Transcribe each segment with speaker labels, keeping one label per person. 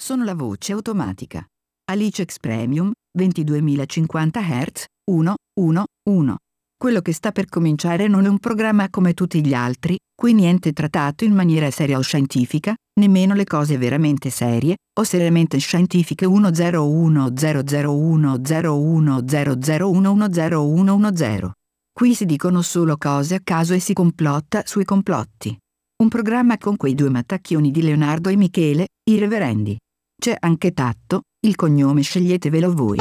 Speaker 1: sono la voce automatica. Alice X Premium 22.050 Hz 111. Quello che sta per cominciare non è un programma come tutti gli altri, qui niente è trattato in maniera seria o scientifica, nemmeno le cose veramente serie o seriamente scientifiche 1010010100100110110. Qui si dicono solo cose a caso e si complotta sui complotti. Un programma con quei due mattacchioni di Leonardo e Michele, i reverendi. C'è anche Tatto, il cognome sceglietevelo voi.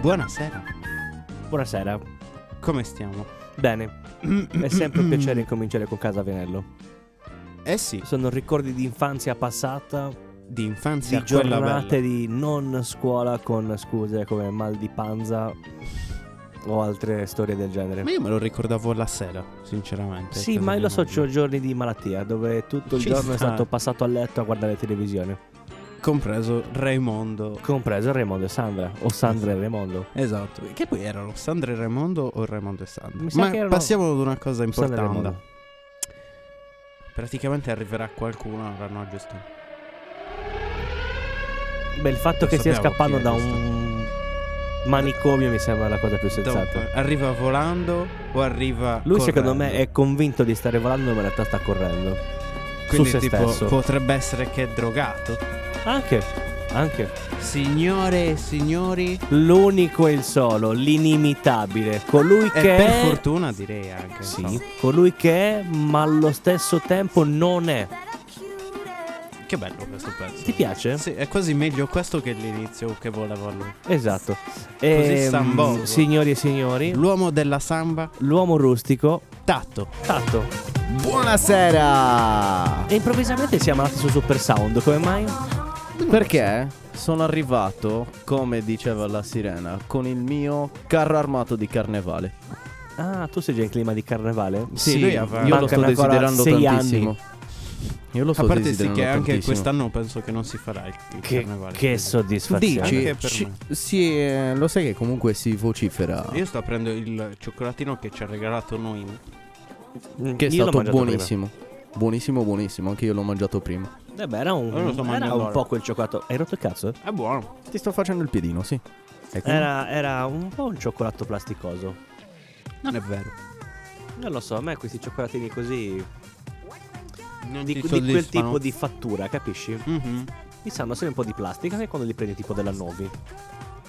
Speaker 2: Buonasera,
Speaker 3: Buonasera.
Speaker 2: come stiamo?
Speaker 3: Bene, è sempre un piacere incominciare con Casa Venello.
Speaker 2: Eh sì,
Speaker 3: Sono ricordi di infanzia passata,
Speaker 2: di infanzia
Speaker 3: di
Speaker 2: a quella bella.
Speaker 3: giornate di non scuola con scuse come mal di panza o altre storie del genere.
Speaker 2: Ma io me lo ricordavo la sera, sinceramente.
Speaker 3: Sì,
Speaker 2: Casa
Speaker 3: ma io lo
Speaker 2: mia
Speaker 3: so,
Speaker 2: madre.
Speaker 3: c'ho giorni di malattia dove tutto il
Speaker 2: Ci
Speaker 3: giorno è
Speaker 2: sta.
Speaker 3: stato passato a letto a guardare televisione,
Speaker 2: Compreso Raimondo.
Speaker 3: compreso Raimondo e Sandra, o Sandra e Raimondo.
Speaker 2: Esatto, che poi erano Sandra e Raimondo o Raimondo e Sandra.
Speaker 3: Mi sa
Speaker 2: Ma
Speaker 3: che erano
Speaker 2: passiamo ad una cosa
Speaker 3: Sandra e
Speaker 2: importante.
Speaker 3: Raimondo.
Speaker 2: Praticamente arriverà qualcuno, avranno giusto.
Speaker 3: Beh, il fatto
Speaker 2: Lo
Speaker 3: che stia
Speaker 2: sappiamo
Speaker 3: scappando
Speaker 2: chi è,
Speaker 3: da
Speaker 2: giusto?
Speaker 3: un manicomio mi sembra la cosa più sensata.
Speaker 2: Dopo, Arriva volando o arriva
Speaker 3: esatto. Lui secondo me
Speaker 2: correndo?
Speaker 3: è convinto di stare volando ma in realtà sta correndo.
Speaker 2: Quindi
Speaker 3: su se
Speaker 2: tipo
Speaker 3: stesso.
Speaker 2: potrebbe essere che è drogato.
Speaker 3: Anche, anche.
Speaker 2: Signore e signori,
Speaker 3: L'unico e il solo, l'inimitabile. Colui
Speaker 2: e
Speaker 3: che
Speaker 2: per
Speaker 3: è...
Speaker 2: fortuna direi anche.
Speaker 3: Sì,
Speaker 2: insomma.
Speaker 3: colui che è ma allo stesso tempo non è.
Speaker 2: Che bello questo pezzo.
Speaker 3: Ti piace?
Speaker 2: Sì, è quasi meglio questo che l'inizio che voleva lui.
Speaker 3: Esatto.
Speaker 2: Sambo.
Speaker 3: signori e signori,
Speaker 2: L'uomo della samba,
Speaker 3: l'uomo rustico,
Speaker 2: Tatto.
Speaker 3: Tatto.
Speaker 4: Buonasera!
Speaker 3: E improvvisamente siamo andati su Super Sound, come mai?
Speaker 4: Perché sono arrivato, come diceva la sirena, con il mio carro armato di carnevale.
Speaker 3: Ah, tu sei già in clima di carnevale?
Speaker 2: Sì, lui aveva-
Speaker 4: io lo sto
Speaker 3: Mancano ancora
Speaker 4: desiderando
Speaker 3: sei
Speaker 4: tantissimo. Io lo sto
Speaker 2: A parte sì
Speaker 4: desiderando
Speaker 2: che anche
Speaker 4: tantissimo.
Speaker 2: quest'anno penso che non si farà il il
Speaker 3: Che,
Speaker 2: carnevale.
Speaker 3: che soddisfazione.
Speaker 2: Dici?
Speaker 4: Dici?
Speaker 2: Anche per me.
Speaker 4: sì, eh, lo sai che comunque si vocifera.
Speaker 2: Io sto aprendo il cioccolatino che ci ha regalato Noemi.
Speaker 3: Mm,
Speaker 4: Che è
Speaker 3: io l'ho
Speaker 4: stato
Speaker 3: mangiato prima.
Speaker 4: buonissimo. Buonissimo, buonissimo. Anche io l'ho mangiato prima.
Speaker 3: Eh beh, era un,
Speaker 2: Io lo sto
Speaker 3: era
Speaker 2: mangiando
Speaker 3: un
Speaker 2: ora.
Speaker 3: po' quel cioccolato. Hai rotto il
Speaker 4: Mm?
Speaker 3: cazzo?
Speaker 2: È buono.
Speaker 4: Ti sto facendo il piedino, sì. E quindi-
Speaker 3: Era, era un po' un cioccolato plasticoso.
Speaker 2: Non è vero.
Speaker 3: Non lo so, a me questi cioccolatini così.
Speaker 2: Non
Speaker 3: Di,
Speaker 2: ti
Speaker 3: di quel
Speaker 2: soddisfano?
Speaker 3: tipo di fattura, capisci?
Speaker 2: Mhm.
Speaker 3: Mi sanno sempre un po' di plastica che quando li prendi tipo della Novi.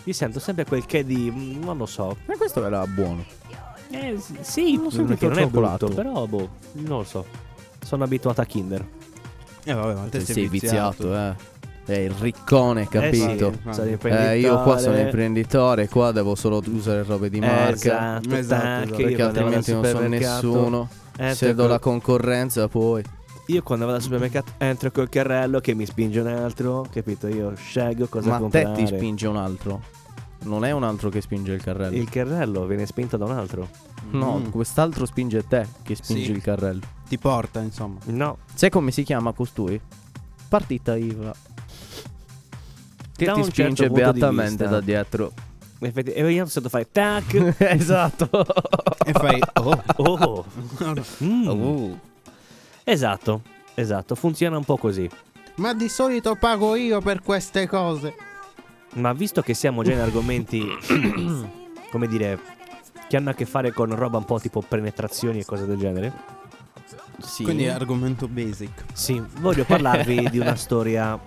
Speaker 3: Io sento sempre quel che di. mm, non lo so.
Speaker 4: Ma questo era buono.
Speaker 3: Eh, s- sì,
Speaker 4: Non ho
Speaker 3: non,
Speaker 4: sentito
Speaker 3: non è
Speaker 4: cioccolato.
Speaker 3: brutto, però boh, non lo so. Sono abituato a Kinder.
Speaker 2: Eh vabbè, ma te
Speaker 4: Sei,
Speaker 2: sei,
Speaker 4: viziato, eh. È il riccone, capito?
Speaker 3: Eh sì,
Speaker 2: Ah.
Speaker 3: sono
Speaker 4: Eh, io qua sono
Speaker 3: imprenditore.
Speaker 4: imprenditore, qua devo solo usare robe di
Speaker 3: Eh,
Speaker 4: marca.
Speaker 2: Esatto,
Speaker 3: Esatto, tac,
Speaker 2: esatto.
Speaker 3: io quando
Speaker 4: Perché
Speaker 3: vado al
Speaker 4: altrimenti non sono
Speaker 3: supermercato-
Speaker 4: nessuno.
Speaker 3: Eh,
Speaker 4: Se do
Speaker 3: ecco.
Speaker 4: la concorrenza poi.
Speaker 3: Io quando vado al supermercato entro col carrello che mi spinge un altro, capito? Io scelgo cosa
Speaker 4: Ma
Speaker 3: comprare.
Speaker 4: te ti spinge un altro. Non è un altro che spinge il carrello.
Speaker 3: Il carrello viene spinto da un altro.
Speaker 4: No,
Speaker 2: Mm.
Speaker 4: quest'altro spinge te che spingi
Speaker 2: Sì.
Speaker 4: il carrello.
Speaker 2: Ti porta, insomma.
Speaker 3: No,
Speaker 4: Sai come si chiama costui? Partita IVA. Che
Speaker 3: Da
Speaker 4: ti
Speaker 3: un certo
Speaker 4: spinge
Speaker 3: punto di
Speaker 4: beatamente
Speaker 3: vista.
Speaker 4: da dietro.
Speaker 3: effetti- e ogni tanto sento fai tac.
Speaker 4: esatto.
Speaker 2: E fai... Oh,
Speaker 3: Oh, mm.
Speaker 4: Uh.
Speaker 3: esatto, esatto, funziona un po' così.
Speaker 2: ma di solito pago io per queste cose.
Speaker 3: Ma visto che siamo già in argomenti, come dire, che hanno a che fare con roba un po' tipo penetrazioni e cose del genere,
Speaker 4: Sì.
Speaker 2: Quindi è argomento basic.
Speaker 3: sì, voglio parlarvi di una storia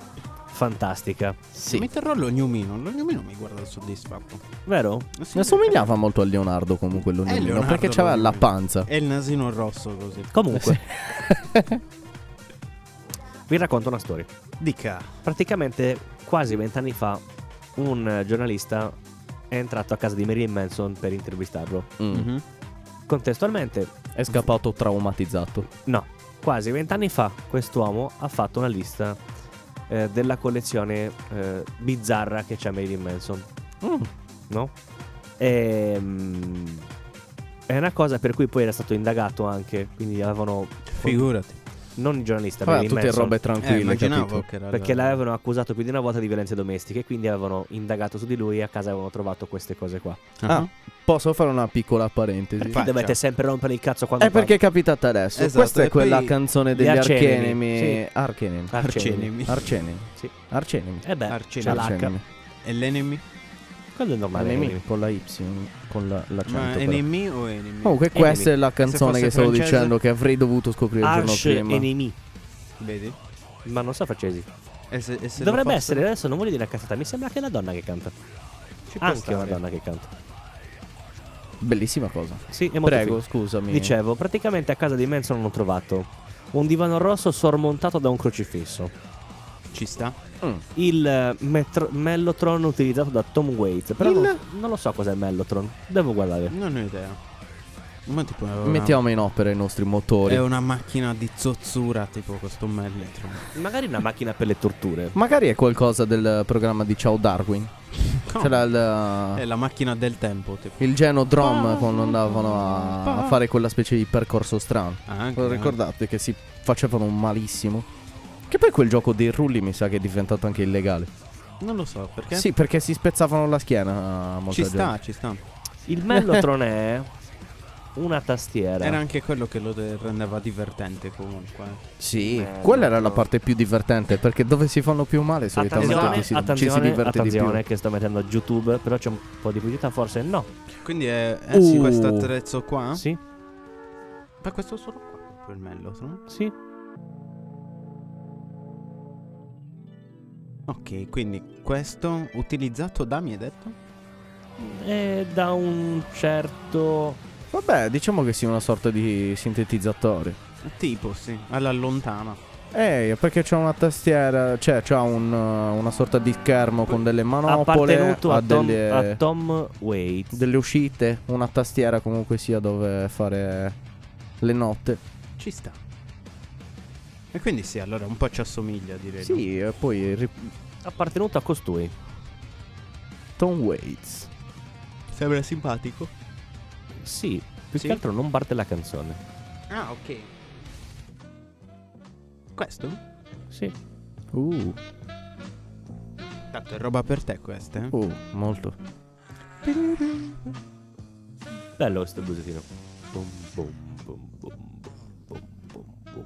Speaker 3: fantastica,
Speaker 4: sì.
Speaker 2: Mi terrò l'ognomino. L'ognomino mi guarda soddisfatto.
Speaker 3: vero?
Speaker 2: Sì,
Speaker 4: Mi assomigliava molto a Leonardo comunque l'ognino,
Speaker 2: Leonardo
Speaker 4: perché c'aveva la
Speaker 2: l'ognino.
Speaker 4: panza.
Speaker 2: È il nasino rosso così.
Speaker 3: Comunque, vi racconto una storia.
Speaker 2: Dica.
Speaker 3: Praticamente quasi vent'anni fa un eh, giornalista è entrato a casa di Marilyn Manson per intervistarlo.
Speaker 4: Mm.
Speaker 2: Mhm.
Speaker 3: Contestualmente,
Speaker 4: È scappato traumatizzato.
Speaker 3: no, quasi vent'anni fa quest'uomo ha fatto una lista eh, della collezione eh, bizzarra che c'ha Marilyn Manson. no? Ehm, è una cosa per cui poi era stato indagato anche, quindi avevano...
Speaker 2: Figurati.
Speaker 3: Non il giornalista,
Speaker 4: Vabbè,
Speaker 3: Marilyn
Speaker 4: tutte
Speaker 3: Manson,
Speaker 4: robe
Speaker 2: Eh,
Speaker 4: tranquille,
Speaker 2: immaginavo
Speaker 4: capito?
Speaker 2: che era
Speaker 3: Perché
Speaker 2: la-
Speaker 3: l'avevano accusato più di una volta di violenze domestiche, quindi avevano indagato su di lui e a casa avevano trovato queste cose qua.
Speaker 2: Ah,
Speaker 4: Ah, posso fare una piccola parentesi?
Speaker 2: Faccia.
Speaker 3: Dovete sempre rompere il cazzo quando
Speaker 4: È Eh, perché è capitata adesso.
Speaker 2: Eh, Esatto,
Speaker 4: Questa
Speaker 2: e
Speaker 4: è quella
Speaker 2: poi
Speaker 4: canzone degli
Speaker 3: gli arcenemi,
Speaker 4: archenemi.
Speaker 3: sì.
Speaker 4: Archenemi.
Speaker 3: parli. Arceni.
Speaker 2: Arcenemi.
Speaker 4: Arcenemi.
Speaker 3: Sì.
Speaker 4: Arcenemi.
Speaker 3: Eh beh,
Speaker 2: Arceni.
Speaker 3: c'ha l'H.
Speaker 4: Arcenemi.
Speaker 2: E l'enemy?
Speaker 3: Quello è normale.
Speaker 4: Arcenemi,
Speaker 3: Enemy.
Speaker 4: Con la Y. Con la, l'accento.
Speaker 2: Ma
Speaker 4: però.
Speaker 2: enemy o enemy?
Speaker 4: Comunque,
Speaker 3: Enemy.
Speaker 4: questa è la canzone
Speaker 2: fosse
Speaker 4: che stavo
Speaker 2: francese?
Speaker 4: dicendo che avrei dovuto scoprire il giorno
Speaker 3: Arch
Speaker 4: prima.
Speaker 3: enemy.
Speaker 2: Vedi?
Speaker 3: Ma non so francesi.
Speaker 2: E se- e se lo
Speaker 3: Dovrebbe
Speaker 2: fosse-
Speaker 3: essere, adesso non voglio dire una cazzata, mi sembra che è una donna che canta.
Speaker 2: Ci può
Speaker 3: Anche una
Speaker 2: stare.
Speaker 3: donna che canta.
Speaker 4: Bellissima cosa.
Speaker 3: Sì, è molto figo.
Speaker 4: Prego, scusami.
Speaker 3: Dicevo, praticamente a casa di Manson hanno trovato un divano rosso sormontato da un crocifisso.
Speaker 2: Ci sta?
Speaker 4: Mm.
Speaker 3: Il eh, metro- mellotron utilizzato da Tom Waits. Però
Speaker 4: Il-
Speaker 3: non, non lo so cos'è il mellotron. Devo guardare.
Speaker 2: Non ho idea. Ma tipo è una,
Speaker 4: Mettiamo in opera i nostri motori.
Speaker 2: è una macchina di zozzura tipo questo Mellotron.
Speaker 3: Magari una macchina per le torture.
Speaker 4: Magari è qualcosa del programma di Ciao Darwin. C'era
Speaker 2: È
Speaker 4: il,
Speaker 2: la macchina del tempo, tipo.
Speaker 4: il Genodrome quando andavano a, a fare quella specie di percorso strano.
Speaker 2: Ah, anche,
Speaker 4: Lo ricordate che si facevano malissimo? Che poi quel gioco dei rulli mi sa che è diventato anche illegale.
Speaker 2: eh. Non lo so, perché
Speaker 4: Sì, perché si spezzavano la schiena a molta
Speaker 2: ci
Speaker 4: gente.
Speaker 2: sta, ci sta.
Speaker 3: Il mellotron è una tastiera.
Speaker 2: Era anche quello che lo de- rendeva divertente comunque. eh.
Speaker 4: Sì,
Speaker 3: Bello.
Speaker 4: quella era la parte più divertente perché dove si fanno più male solitamente
Speaker 3: Attenzione,
Speaker 4: ci si, ci si
Speaker 3: attenzione,
Speaker 4: diverte
Speaker 3: attenzione
Speaker 4: di
Speaker 3: che sto mettendo YouTube, però c'è un po' di pubblicità, forse no.
Speaker 2: Quindi è eh, sì,
Speaker 4: Uh.
Speaker 2: questo attrezzo
Speaker 4: Ah?
Speaker 2: qua.
Speaker 3: Sì,
Speaker 2: Ma questo solo qua, quel Mellotron.
Speaker 3: sì.
Speaker 2: Ok, quindi questo utilizzato da mi hai detto?
Speaker 3: È da un certo...
Speaker 4: più. Vabbè, diciamo che sia una sorta di sintetizzatore.
Speaker 2: Tipo, sì, alla lontana.
Speaker 4: Eh, perché c'è una tastiera, cioè c'ha un, uh, una sorta di schermo con delle manopole,
Speaker 3: appartenuto
Speaker 4: ha
Speaker 3: a Tom,
Speaker 4: delle,
Speaker 3: a Tom Waits.
Speaker 4: delle uscite, una tastiera comunque sia dove fare le note.
Speaker 2: Ci sta. E quindi sì, allora un po' ci assomiglia direi. no?
Speaker 4: Sì, e poi ri-
Speaker 3: Appartenuto a costui.
Speaker 4: Tom Waits.
Speaker 2: Sembra simpatico.
Speaker 3: Sì, più
Speaker 2: Sì.
Speaker 3: che altro non parte la canzone.
Speaker 2: Ah, ok. Questo?
Speaker 3: Sì.
Speaker 4: Uh,
Speaker 2: Tanto è roba per te questa. eh?
Speaker 4: uh, molto.
Speaker 3: Bello questo blusetino. Bum, bum, bum, bum, bum, bum, bum, bum.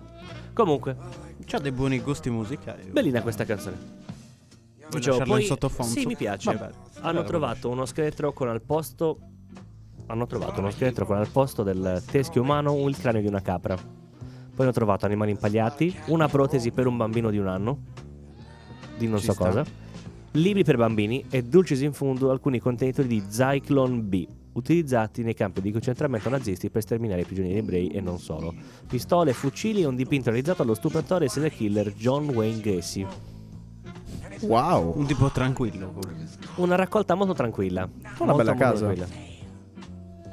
Speaker 3: Comunque,
Speaker 2: C'ha dei buoni gusti musicali.
Speaker 3: bellina questa canzone.
Speaker 2: Vuoi
Speaker 3: Dicevo,
Speaker 2: lasciarla in
Speaker 3: poi-
Speaker 2: sottofondo?
Speaker 3: Sì, mi piace.
Speaker 2: Vabbè.
Speaker 3: Hanno trovato uno scheletro con al posto. Hanno trovato uno scheletro con al posto del teschio umano il cranio di una capra. Poi hanno trovato animali impagliati, una protesi per un bambino di un anno, di non
Speaker 2: Ci
Speaker 3: so
Speaker 2: sta.
Speaker 3: cosa, libri per bambini e dulcis in fondo alcuni contenitori di Zyklon B, utilizzati nei campi di concentramento nazisti per sterminare i prigionieri ebrei e non solo. Pistole, fucili e un dipinto realizzato allo stupratore e serial killer John Wayne Gacy.
Speaker 4: Wow.
Speaker 2: Un tipo tranquillo. comunque.
Speaker 3: Una raccolta molto tranquilla. Molto,
Speaker 4: bella
Speaker 3: molto
Speaker 4: casa.
Speaker 3: tranquilla.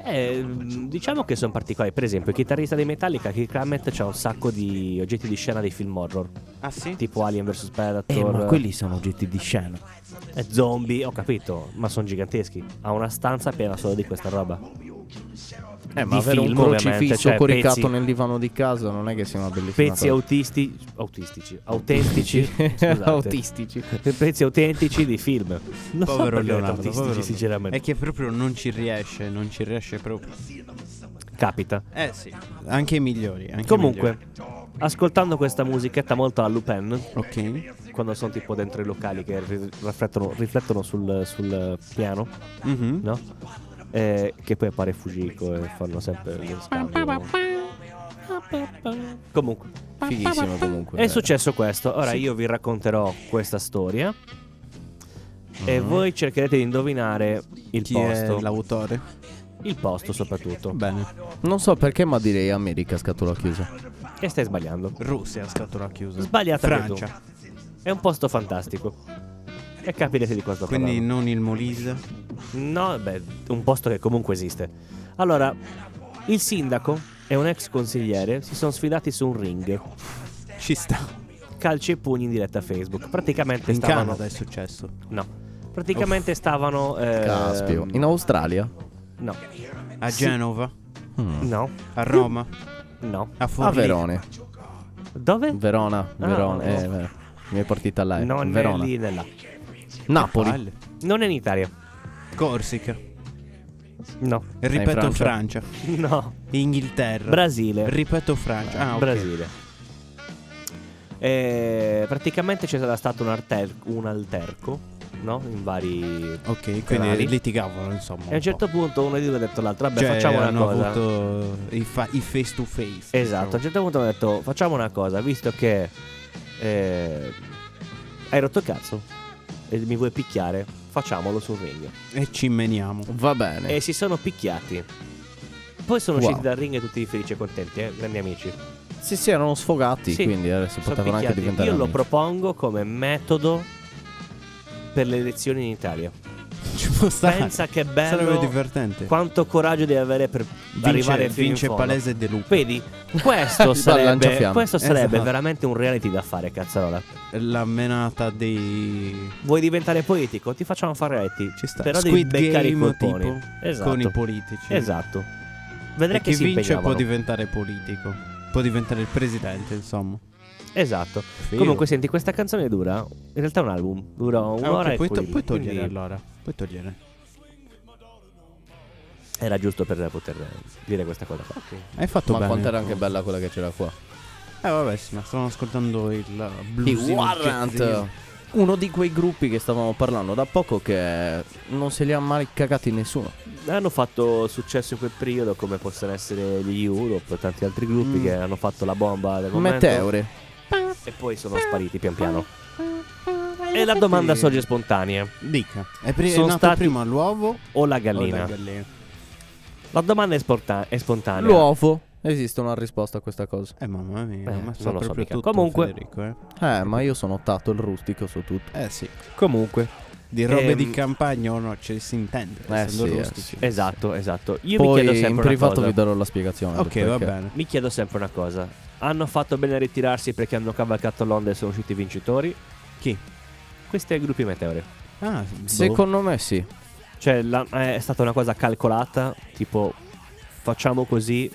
Speaker 3: Eh, mh, diciamo che sono particolari. Per esempio, il chitarrista dei Metallica, Kirk Hammett, c'ha un sacco di oggetti di scena dei film horror,
Speaker 2: Ah sì?
Speaker 3: tipo Alien vs. Predator,
Speaker 4: Eh, ma quelli sono oggetti di scena.
Speaker 3: eh, zombie. Ho capito, ma sono giganteschi. Ha una stanza piena solo di questa roba.
Speaker 4: Eh, ma
Speaker 3: Di
Speaker 4: avere
Speaker 3: film,
Speaker 4: un
Speaker 3: ovviamente,
Speaker 4: crocifisso
Speaker 3: cioè,
Speaker 4: coricato
Speaker 3: pezzi-
Speaker 4: nel divano di casa non è che sia una bellissima
Speaker 3: Pezzi
Speaker 4: cosa.
Speaker 3: autisti, autistici, autentici, scusate.
Speaker 4: autistici.
Speaker 3: Pezzi autentici di film. Non
Speaker 2: Povero
Speaker 3: so perché ho detto
Speaker 2: Leonardo,
Speaker 3: autistici,
Speaker 2: povero
Speaker 3: sinceramente.
Speaker 2: È che proprio non ci riesce, non ci riesce proprio.
Speaker 3: Capita.
Speaker 2: Eh sì, anche i migliori. anche i
Speaker 3: Comunque, ascoltando questa musichetta molto alla Lupin,
Speaker 2: migliori. Ok.
Speaker 3: quando sono tipo dentro i locali che ri- riflettono, riflettono sul, sul piano,
Speaker 2: Mhm.
Speaker 3: no? Eh, che poi appare Fujiko e fanno sempre lo scambio. Comunque,
Speaker 4: Fighissimo comunque.
Speaker 3: è successo questo. Ora io vi racconterò questa storia. E voi cercherete di indovinare il
Speaker 2: Chi
Speaker 3: posto.
Speaker 2: è l'autore?
Speaker 3: Il posto soprattutto.
Speaker 2: Oh. Bene.
Speaker 4: Non so perché, ma direi America scatola chiusa.
Speaker 3: E stai sbagliando.
Speaker 2: Russia, scatola chiusa.
Speaker 3: Sbagliata anche tu.
Speaker 2: Francia.
Speaker 3: È un posto fantastico. E capirete di cosa sto
Speaker 2: Quindi
Speaker 3: parlando.
Speaker 2: non il Molise.
Speaker 3: No, beh, un posto che comunque esiste. Allora, il sindaco e un ex consigliere si sono sfidati su un ring,
Speaker 2: Ci sta.
Speaker 3: calci e pugni in diretta a Facebook. Praticamente
Speaker 2: In
Speaker 3: stavano
Speaker 2: Canada è successo.
Speaker 3: No. Praticamente stavano... eh,
Speaker 4: Caspio. In Australia?
Speaker 3: No,
Speaker 2: A Genova,
Speaker 4: Mm.
Speaker 3: no,
Speaker 2: a Roma,
Speaker 3: no.
Speaker 2: a
Speaker 4: A
Speaker 2: Forlì.
Speaker 4: Verone.
Speaker 3: Dove?
Speaker 4: Verona.
Speaker 3: Ah,
Speaker 4: Verona.
Speaker 3: no.
Speaker 4: eh, ver- mi è partita la E.
Speaker 3: non
Speaker 4: Verona.
Speaker 3: è lì nella...
Speaker 4: Napoli.
Speaker 2: Palle.
Speaker 3: Non è in Italia.
Speaker 2: Corsica.
Speaker 3: No,
Speaker 2: Ripeto
Speaker 4: in Francia.
Speaker 2: Eh, Francia.
Speaker 3: no.
Speaker 2: Inghilterra.
Speaker 3: Brasile.
Speaker 2: Ripeto Francia. Ah, ok.
Speaker 3: Brasile. Eh, praticamente c'era stato un, alter- un alterco, no? In vari...
Speaker 2: Ok, quindi
Speaker 3: Canali.
Speaker 2: litigavano, insomma.
Speaker 3: E
Speaker 2: un
Speaker 3: a un certo punto uno di loro ha detto all'altro,
Speaker 2: po'.
Speaker 3: vabbè,
Speaker 2: Cioè,
Speaker 3: facciamo una
Speaker 2: hanno
Speaker 3: cosa.
Speaker 2: avuto i, fa- i face to face.
Speaker 3: Esatto, a un
Speaker 2: diciamo.
Speaker 3: certo punto hanno detto, facciamo una cosa, visto che eh, hai rotto il cazzo e mi vuoi picchiare, facciamolo sul ring.
Speaker 2: E ci meniamo.
Speaker 4: Va bene.
Speaker 2: Eh.
Speaker 3: E si sono picchiati. Poi sono
Speaker 4: Wow.
Speaker 3: usciti dal ring tutti felici e contenti, eh, grandi amici.
Speaker 4: Sì, sì, erano sfogati,
Speaker 3: Sì,
Speaker 4: quindi adesso
Speaker 3: Sono
Speaker 4: potevano anche
Speaker 3: picchiati.
Speaker 4: diventare
Speaker 3: Io lo
Speaker 4: amici.
Speaker 3: propongo come metodo per le elezioni in Italia.
Speaker 2: Ci può stare.
Speaker 3: Pensa che
Speaker 2: Sarebbe
Speaker 3: bello
Speaker 2: divertente.
Speaker 3: quanto coraggio devi avere per arrivare
Speaker 2: Vince,
Speaker 3: fino
Speaker 2: vince
Speaker 3: in fondo.
Speaker 2: Palese De Luca.
Speaker 3: Vedi, questo
Speaker 4: Dal
Speaker 3: sarebbe,
Speaker 4: lanciafiamme.
Speaker 3: questo sarebbe
Speaker 2: Esatto.
Speaker 3: veramente un reality da fare, cazzarola.
Speaker 2: La menata dei...
Speaker 3: Vuoi diventare politico? Ti facciamo fare reality.
Speaker 2: Ci sta.
Speaker 3: Però
Speaker 2: Squid
Speaker 3: devi beccare i
Speaker 2: Game,
Speaker 3: colponi.
Speaker 2: tipo,
Speaker 3: esatto.
Speaker 2: con i politici.
Speaker 3: Esatto.
Speaker 2: E
Speaker 3: Vedrai che
Speaker 2: chi
Speaker 3: si
Speaker 2: vince
Speaker 3: impegnavano.
Speaker 2: può diventare politico. Può diventare il presidente, insomma.
Speaker 3: Esatto. Comunque, senti, questa canzone dura. In realtà è un album. Dura
Speaker 2: Ah, ok,
Speaker 3: un'ora e
Speaker 2: puoi, to-
Speaker 3: quelli.
Speaker 2: puoi togliere
Speaker 3: Quindi
Speaker 2: allora. Puoi togliere.
Speaker 3: Era giusto per poter dire questa cosa qua.
Speaker 2: Hai fatto
Speaker 4: Ma
Speaker 2: bene.
Speaker 4: quanto era anche bella quella che c'era qua.
Speaker 2: Eh vabbè, sì, ma stavamo ascoltando il
Speaker 4: I
Speaker 2: blues.
Speaker 4: Warrant. Uno di quei gruppi che stavamo parlando da poco che non se li ha mai cagati nessuno.
Speaker 3: Hanno fatto successo in quel periodo, come possono essere gli Europe e tanti altri gruppi
Speaker 2: Mm.
Speaker 3: che hanno fatto la bomba del momento.
Speaker 4: Meteore.
Speaker 3: E poi sono spariti pian piano. E la domanda sorge spontanea:
Speaker 2: Dica. È, pri- è
Speaker 3: Sono
Speaker 2: nato
Speaker 3: stati-
Speaker 2: prima l'uovo
Speaker 3: o la
Speaker 2: o
Speaker 3: gallina?
Speaker 2: la gallina?
Speaker 3: La domanda è, sporta- è spontanea.
Speaker 4: L'uovo. Esiste una risposta a questa cosa.
Speaker 2: Eh mamma mia,
Speaker 3: Eh,
Speaker 2: ma so
Speaker 3: non lo so
Speaker 2: proprio
Speaker 3: mica.
Speaker 2: tutto
Speaker 3: Comunque-
Speaker 2: Federico, eh.
Speaker 4: Eh, ma io sono tatto il rustico su tutto.
Speaker 2: Eh sì,
Speaker 3: Comunque,
Speaker 2: di robe
Speaker 3: Ehm,
Speaker 2: di campagna o no, ce si intende,
Speaker 4: Eh
Speaker 2: essendo
Speaker 4: sì, eh
Speaker 2: rustici.
Speaker 4: sì.
Speaker 3: esatto, esatto. Io mi
Speaker 4: Poi
Speaker 3: chiedo sempre
Speaker 4: in
Speaker 3: una
Speaker 4: privato
Speaker 3: cosa.
Speaker 4: vi darò la spiegazione. del
Speaker 2: Ok, va
Speaker 4: perché.
Speaker 2: bene.
Speaker 3: Mi chiedo sempre una cosa. Hanno fatto bene a ritirarsi perché hanno cavalcato l'onda e sono usciti vincitori?
Speaker 2: Chi?
Speaker 3: Questi è il gruppo Meteore.
Speaker 2: Ah, boh.
Speaker 4: Secondo me sì.
Speaker 3: Cioè, la- è stata una cosa calcolata, tipo facciamo così,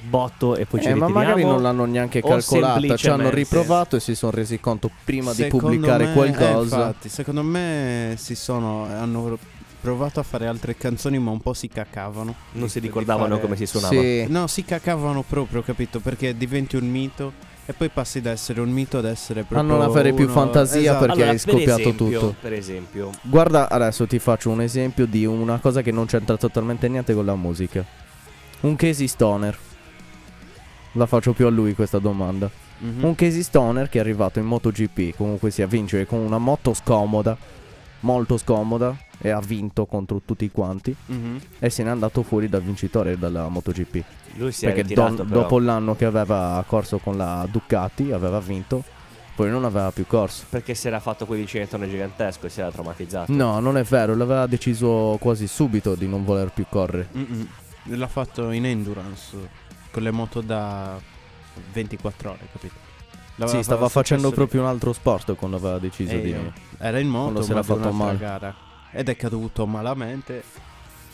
Speaker 3: botto e poi ci
Speaker 4: Eh, ma
Speaker 3: ritiriamo.
Speaker 4: magari non l'hanno neanche calcolata. Ci hanno
Speaker 3: semplicemente-
Speaker 4: riprovato e si sono resi conto prima di
Speaker 2: Secondo
Speaker 4: pubblicare
Speaker 2: me- eh,
Speaker 4: qualcosa.
Speaker 2: infatti, secondo me si sono hanno provato a fare altre canzoni, ma un po' si cacavano.
Speaker 3: Non si
Speaker 2: Di- di
Speaker 3: ricordavano
Speaker 2: fare-
Speaker 3: come si suonava.
Speaker 4: eh. sì.
Speaker 2: No, si cacavano proprio, capito? Perché diventi un mito e poi passi da essere un mito ad essere proprio
Speaker 4: A non avere più
Speaker 2: uno-
Speaker 4: fantasia
Speaker 2: Esatto.
Speaker 4: perché
Speaker 3: allora,
Speaker 4: hai scoppiato
Speaker 3: per esempio,
Speaker 4: tutto.
Speaker 3: Per esempio,
Speaker 4: Guarda, adesso ti faccio un esempio di una cosa che non c'entra totalmente niente con la musica. Un Casey Stoner. La faccio più a lui questa domanda.
Speaker 3: Mm.
Speaker 2: Mhm.
Speaker 4: Un Casey Stoner che è arrivato in MotoGP, comunque sia a vincere con una moto scomoda, molto scomoda, e ha vinto contro tutti quanti.
Speaker 2: Mhm.
Speaker 4: E se n'è andato fuori dal vincitore dalla MotoGP.
Speaker 3: lui si è
Speaker 4: perché
Speaker 3: ritirato
Speaker 4: don-
Speaker 3: però.
Speaker 4: dopo l'anno che aveva corso con la Ducati, aveva vinto, poi non aveva più corso.
Speaker 3: Perché si era fatto quel incidentone gigantesco e si era
Speaker 2: Mm,
Speaker 3: traumatizzato.
Speaker 4: No, non è vero, l'aveva deciso quasi subito di non voler più correre.
Speaker 2: Mm-mm. L'ha fatto in endurance con le moto da 24 ore, capito? L'aveva
Speaker 4: sì, stava
Speaker 2: fatto
Speaker 4: facendo
Speaker 2: successo
Speaker 4: proprio un altro sport quando aveva deciso
Speaker 2: lì.
Speaker 4: di
Speaker 2: Eh,
Speaker 4: non.
Speaker 2: Era in moto,
Speaker 4: Quando si
Speaker 2: ma
Speaker 4: era
Speaker 2: fatto
Speaker 4: fatto
Speaker 2: un'altra
Speaker 4: male.
Speaker 2: gara ed è caduto malamente.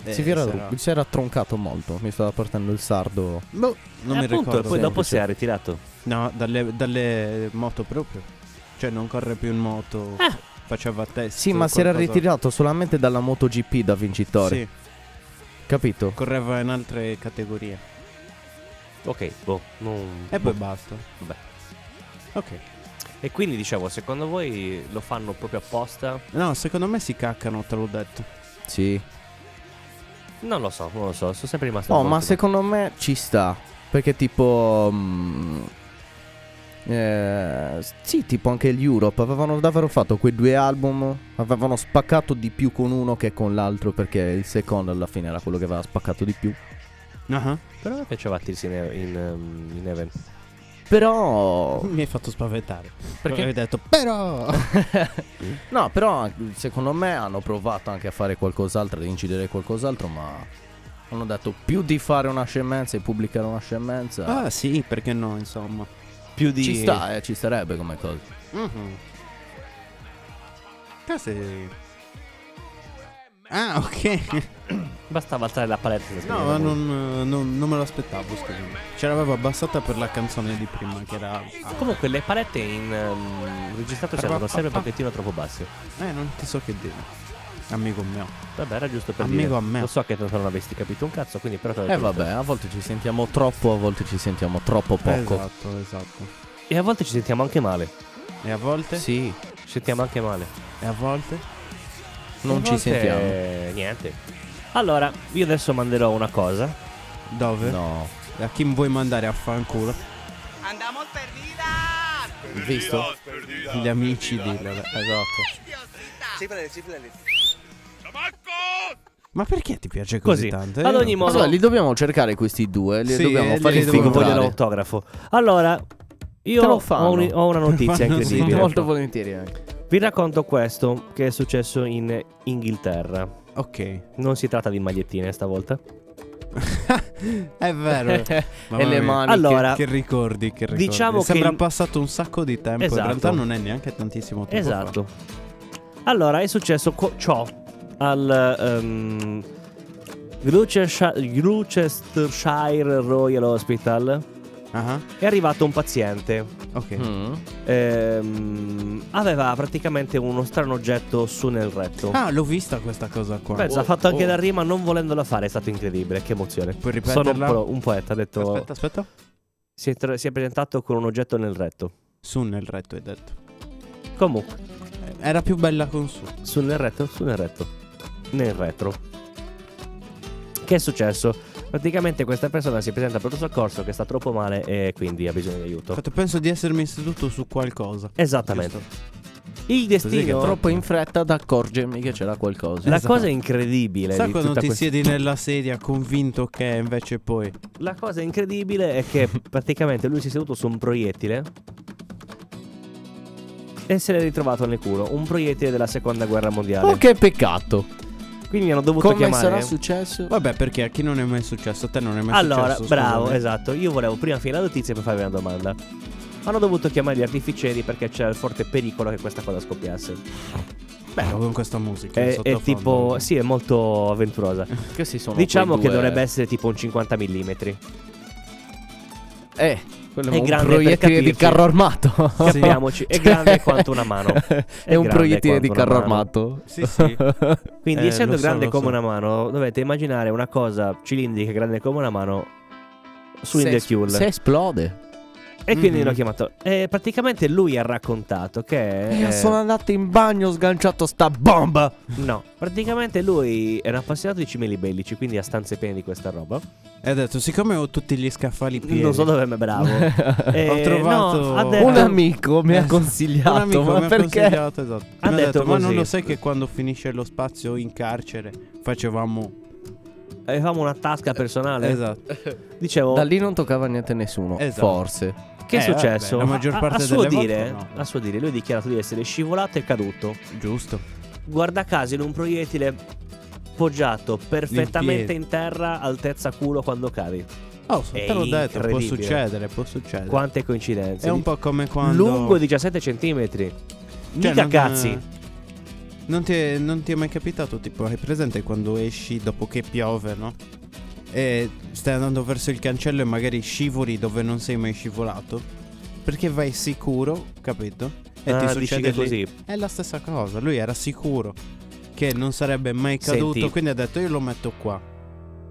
Speaker 2: Eh,
Speaker 4: si, era,
Speaker 2: sarà-
Speaker 4: si era troncato molto, mi stava partendo il sardo.
Speaker 2: Boh, non mi
Speaker 3: E Eh, appunto,
Speaker 2: ricordo.
Speaker 3: E poi dopo si era ritirato.
Speaker 2: No, dalle, dalle moto proprio. Cioè, non corre più in moto.
Speaker 3: Eh.
Speaker 2: Faceva test.
Speaker 4: Sì, ma si era
Speaker 2: qualcosa-
Speaker 4: ritirato solamente dalla MotoGP da vincitore,
Speaker 2: Sì,
Speaker 4: capito?
Speaker 2: correva in altre categorie.
Speaker 3: Ok, boh. non-
Speaker 2: E poi
Speaker 3: boh.
Speaker 2: basta.
Speaker 3: Vabbè.
Speaker 2: Ok.
Speaker 3: E quindi dicevo, secondo voi lo fanno proprio apposta?
Speaker 2: No, secondo me si caccano, te l'ho detto.
Speaker 4: Sì.
Speaker 3: Non lo so, non lo so, sono sempre rimasto.
Speaker 4: Oh, ma
Speaker 3: molto-
Speaker 4: secondo me ci sta. Perché tipo... mm, eh, sì, tipo anche gli Europe avevano davvero fatto quei due album. Avevano spaccato di più con uno che con l'altro. Perché il secondo alla fine era quello che aveva spaccato di più.
Speaker 2: Ah,
Speaker 3: Però mi piaceva Tirsi in, in, um, in Heaven.
Speaker 4: Però...
Speaker 2: Mi hai fatto spaventare.
Speaker 4: Perché?
Speaker 2: Perché hai detto, però.
Speaker 4: No, però secondo me hanno provato anche a fare qualcos'altro, ad incidere qualcos'altro, ma hanno detto più di fare una scemenza e pubblicare una scemenza.
Speaker 2: ah, sì, perché no, insomma.
Speaker 3: Più di.
Speaker 4: ci sta, eh,
Speaker 2: Mm-hmm.
Speaker 4: ci starebbe come cosa.
Speaker 2: Mhm. Casi. Ah, ok.
Speaker 3: Bastava alzare la paletta. per
Speaker 2: No,
Speaker 3: sbagliare
Speaker 2: ma
Speaker 3: la musica.
Speaker 2: non, non- non me l'aspettavo, scusami. Ce l'avevo abbassata per la canzone di prima, che era... Ah,
Speaker 3: Comunque le palette in ehm, registrato servono sempre un pochettino troppo basse.
Speaker 2: eh, non ti so che dire. Amico mio.
Speaker 3: Vabbè, era giusto per
Speaker 2: Amico
Speaker 3: dire.
Speaker 2: a me.
Speaker 3: Lo so che tu non avresti capito un cazzo, quindi però te l'ho
Speaker 4: E eh,
Speaker 3: detto.
Speaker 4: vabbè, a volte ci sentiamo troppo, a volte ci sentiamo troppo poco.
Speaker 2: Esatto, esatto.
Speaker 3: E a volte ci sentiamo anche male.
Speaker 2: E a volte?
Speaker 4: Sì,
Speaker 3: Ci sentiamo anche male.
Speaker 2: E a volte?
Speaker 4: non
Speaker 3: A
Speaker 4: ci
Speaker 3: volte,
Speaker 4: sentiamo.
Speaker 3: eh, Niente. Allora, io adesso manderò una cosa.
Speaker 2: Dove?
Speaker 4: No,
Speaker 2: A chi vuoi mandare a fanculo?
Speaker 5: Andamos perdidas.
Speaker 4: visto?
Speaker 2: Gli amici di... Esatto.
Speaker 5: Cifrale, cifrale.
Speaker 2: Ma perché ti piace così,
Speaker 3: Così.
Speaker 2: tanto? Eh,
Speaker 3: Ad
Speaker 2: Io-
Speaker 3: ogni modo,
Speaker 4: Allora, li dobbiamo cercare questi due, li
Speaker 2: Sì,
Speaker 4: dobbiamo
Speaker 2: eh,
Speaker 4: fare
Speaker 2: li
Speaker 4: il
Speaker 2: dobbiamo
Speaker 3: voglio
Speaker 2: comprare. fare.
Speaker 3: l'autografo. Allora,
Speaker 4: Te
Speaker 3: io
Speaker 4: lo fanno.
Speaker 3: ho, un- ho una notizia
Speaker 2: fanno, sì,
Speaker 3: incredibile.
Speaker 4: Molto volentieri anche.
Speaker 3: Vi racconto questo che è successo in Inghilterra.
Speaker 2: Ok.
Speaker 3: Non si tratta di magliettine
Speaker 4: Ah,
Speaker 3: stavolta.
Speaker 2: È vero. Mamma
Speaker 4: e le
Speaker 2: mia.
Speaker 4: mani.
Speaker 3: Allora,
Speaker 2: Che ricordi, che ricordi.
Speaker 3: Diciamo che
Speaker 2: Sembra
Speaker 3: il-
Speaker 2: passato un sacco di tempo.
Speaker 3: Esatto.
Speaker 2: In realtà non è neanche tantissimo tempo. fa.
Speaker 3: Esatto. Allora, è successo co- ciò al ehm, Gloucestershire Gloucestershire Royal Hospital.
Speaker 2: Ah,
Speaker 3: È arrivato un paziente.
Speaker 2: ok.
Speaker 4: Mm.
Speaker 3: Ehm, aveva praticamente uno strano oggetto su nel retto.
Speaker 2: Ah, l'ho vista questa cosa qua.
Speaker 3: Pensa,
Speaker 4: Oh,
Speaker 3: ha fatto anche
Speaker 4: oh.
Speaker 3: la rima non volendola fare, è stato incredibile, che emozione.
Speaker 2: Puoi
Speaker 3: Sono un,
Speaker 2: ripeterla?
Speaker 3: po- un poeta, ha detto...
Speaker 2: Aspetta, aspetta.
Speaker 3: Si è, tra- si è presentato con un oggetto nel retto.
Speaker 2: Su nel retto hai detto.
Speaker 3: Comunque,
Speaker 2: Eh, Era più bella con su.
Speaker 3: su nel retto, su nel retto. Nel retro. Che è successo? Praticamente questa persona si presenta al pronto soccorso che sta troppo male e quindi ha bisogno di aiuto.
Speaker 2: Infatti, penso di essermi seduto su qualcosa.
Speaker 3: Esattamente. Il
Speaker 2: Così che
Speaker 3: destino...
Speaker 4: Troppo in fretta ad accorgermi che c'era qualcosa.
Speaker 3: La
Speaker 2: Esatto.
Speaker 3: cosa incredibile
Speaker 2: Sai
Speaker 3: di
Speaker 2: quando
Speaker 3: tutta
Speaker 2: ti
Speaker 3: questa-
Speaker 2: siedi nella sedia convinto che invece poi.
Speaker 3: La cosa incredibile è che praticamente lui si è seduto su un proiettile e se l'è ritrovato nel culo, un proiettile della seconda guerra mondiale.
Speaker 4: Oh, che peccato.
Speaker 3: Quindi mi hanno dovuto
Speaker 4: Come
Speaker 3: chiamare.
Speaker 4: sarà successo?
Speaker 2: Vabbè, perché a chi non è mai successo? A te non è mai
Speaker 3: allora,
Speaker 2: successo.
Speaker 3: bravo,
Speaker 2: scusami.
Speaker 3: esatto. Io volevo prima finire la notizia e poi farvi una domanda. Hanno dovuto chiamare gli artificieri perché c'era il forte pericolo che questa cosa scoppiasse.
Speaker 2: Bello con questa musica. in
Speaker 3: È, è
Speaker 2: sottofondo.
Speaker 3: Eh, tipo, sì, è molto avventurosa.
Speaker 4: Che si sono
Speaker 3: diciamo
Speaker 4: quei
Speaker 3: che
Speaker 4: due-
Speaker 3: dovrebbe essere tipo un 50 mm.
Speaker 4: Eh, quello
Speaker 3: È
Speaker 4: un
Speaker 3: grande,
Speaker 4: proiettile
Speaker 3: per
Speaker 4: di
Speaker 3: capirci.
Speaker 4: carro armato.
Speaker 3: Capiamoci, è grande quanto una mano.
Speaker 4: È,
Speaker 3: È
Speaker 4: un
Speaker 3: grande
Speaker 4: proiettile di
Speaker 3: quanto una
Speaker 4: carro
Speaker 3: mano.
Speaker 4: armato.
Speaker 2: Sì, sì.
Speaker 3: Quindi,
Speaker 2: Eh,
Speaker 3: essendo
Speaker 2: lo so,
Speaker 3: grande
Speaker 2: lo
Speaker 3: come
Speaker 2: so.
Speaker 3: una mano, dovete immaginare una cosa cilindrica grande come una mano su
Speaker 4: Se-
Speaker 3: Indercule.
Speaker 4: Se esplode.
Speaker 3: E quindi
Speaker 2: Mhm.
Speaker 3: l'ho chiamato. E praticamente lui ha raccontato che.
Speaker 4: Io sono andato in bagno, ho sganciato sta bomba.
Speaker 3: No, praticamente lui era appassionato di cimeli bellici, quindi ha stanze piene di questa roba.
Speaker 2: E ha detto, siccome ho tutti gli scaffali pieni.
Speaker 3: Non so dove è bravo. Eh,
Speaker 2: Ho trovato
Speaker 3: no, ha detto-
Speaker 4: Un amico mi ha
Speaker 2: Esatto.
Speaker 4: consigliato,
Speaker 2: Un amico
Speaker 4: ma
Speaker 2: mi ha
Speaker 4: perché?
Speaker 2: consigliato, esatto. Mi
Speaker 3: Ha
Speaker 2: Ha
Speaker 3: detto
Speaker 2: detto, ma
Speaker 3: così.
Speaker 2: non lo sai che quando finisce lo spazio in carcere facevamo...
Speaker 3: Avevamo una tasca personale.
Speaker 2: Esatto.
Speaker 3: Dicevo,
Speaker 4: Da lì non toccava niente a nessuno,
Speaker 2: Esatto.
Speaker 4: forse.
Speaker 3: che è
Speaker 2: Eh,
Speaker 3: successo?
Speaker 2: vabbè, la maggior
Speaker 3: A- a- a,
Speaker 2: parte
Speaker 3: suo
Speaker 2: delle
Speaker 3: dire,
Speaker 2: volte no.
Speaker 3: a suo dire, lui ha dichiarato di essere scivolato e caduto.
Speaker 2: Giusto.
Speaker 3: guarda caso in un proiettile poggiato perfettamente in terra altezza culo quando cadi
Speaker 2: Oh, so-
Speaker 3: È
Speaker 2: te l'ho detto, può
Speaker 3: incredibile.
Speaker 2: succedere, può succedere.
Speaker 3: quante coincidenze
Speaker 2: È un po' come quando...
Speaker 3: lungo 17 cm
Speaker 2: Cioè,
Speaker 3: mica
Speaker 2: non-
Speaker 3: cazzi
Speaker 2: Non ti, è, non ti è mai capitato, tipo, hai presente quando esci dopo che piove, no? E stai andando verso il cancello e magari scivoli dove non sei mai scivolato? Perché vai sicuro, capito? E
Speaker 3: Ah,
Speaker 2: ti
Speaker 3: dici
Speaker 2: succede
Speaker 3: che così
Speaker 2: È la stessa cosa, lui era sicuro che non sarebbe mai
Speaker 3: Senti.
Speaker 2: caduto, quindi ha detto io lo metto qua.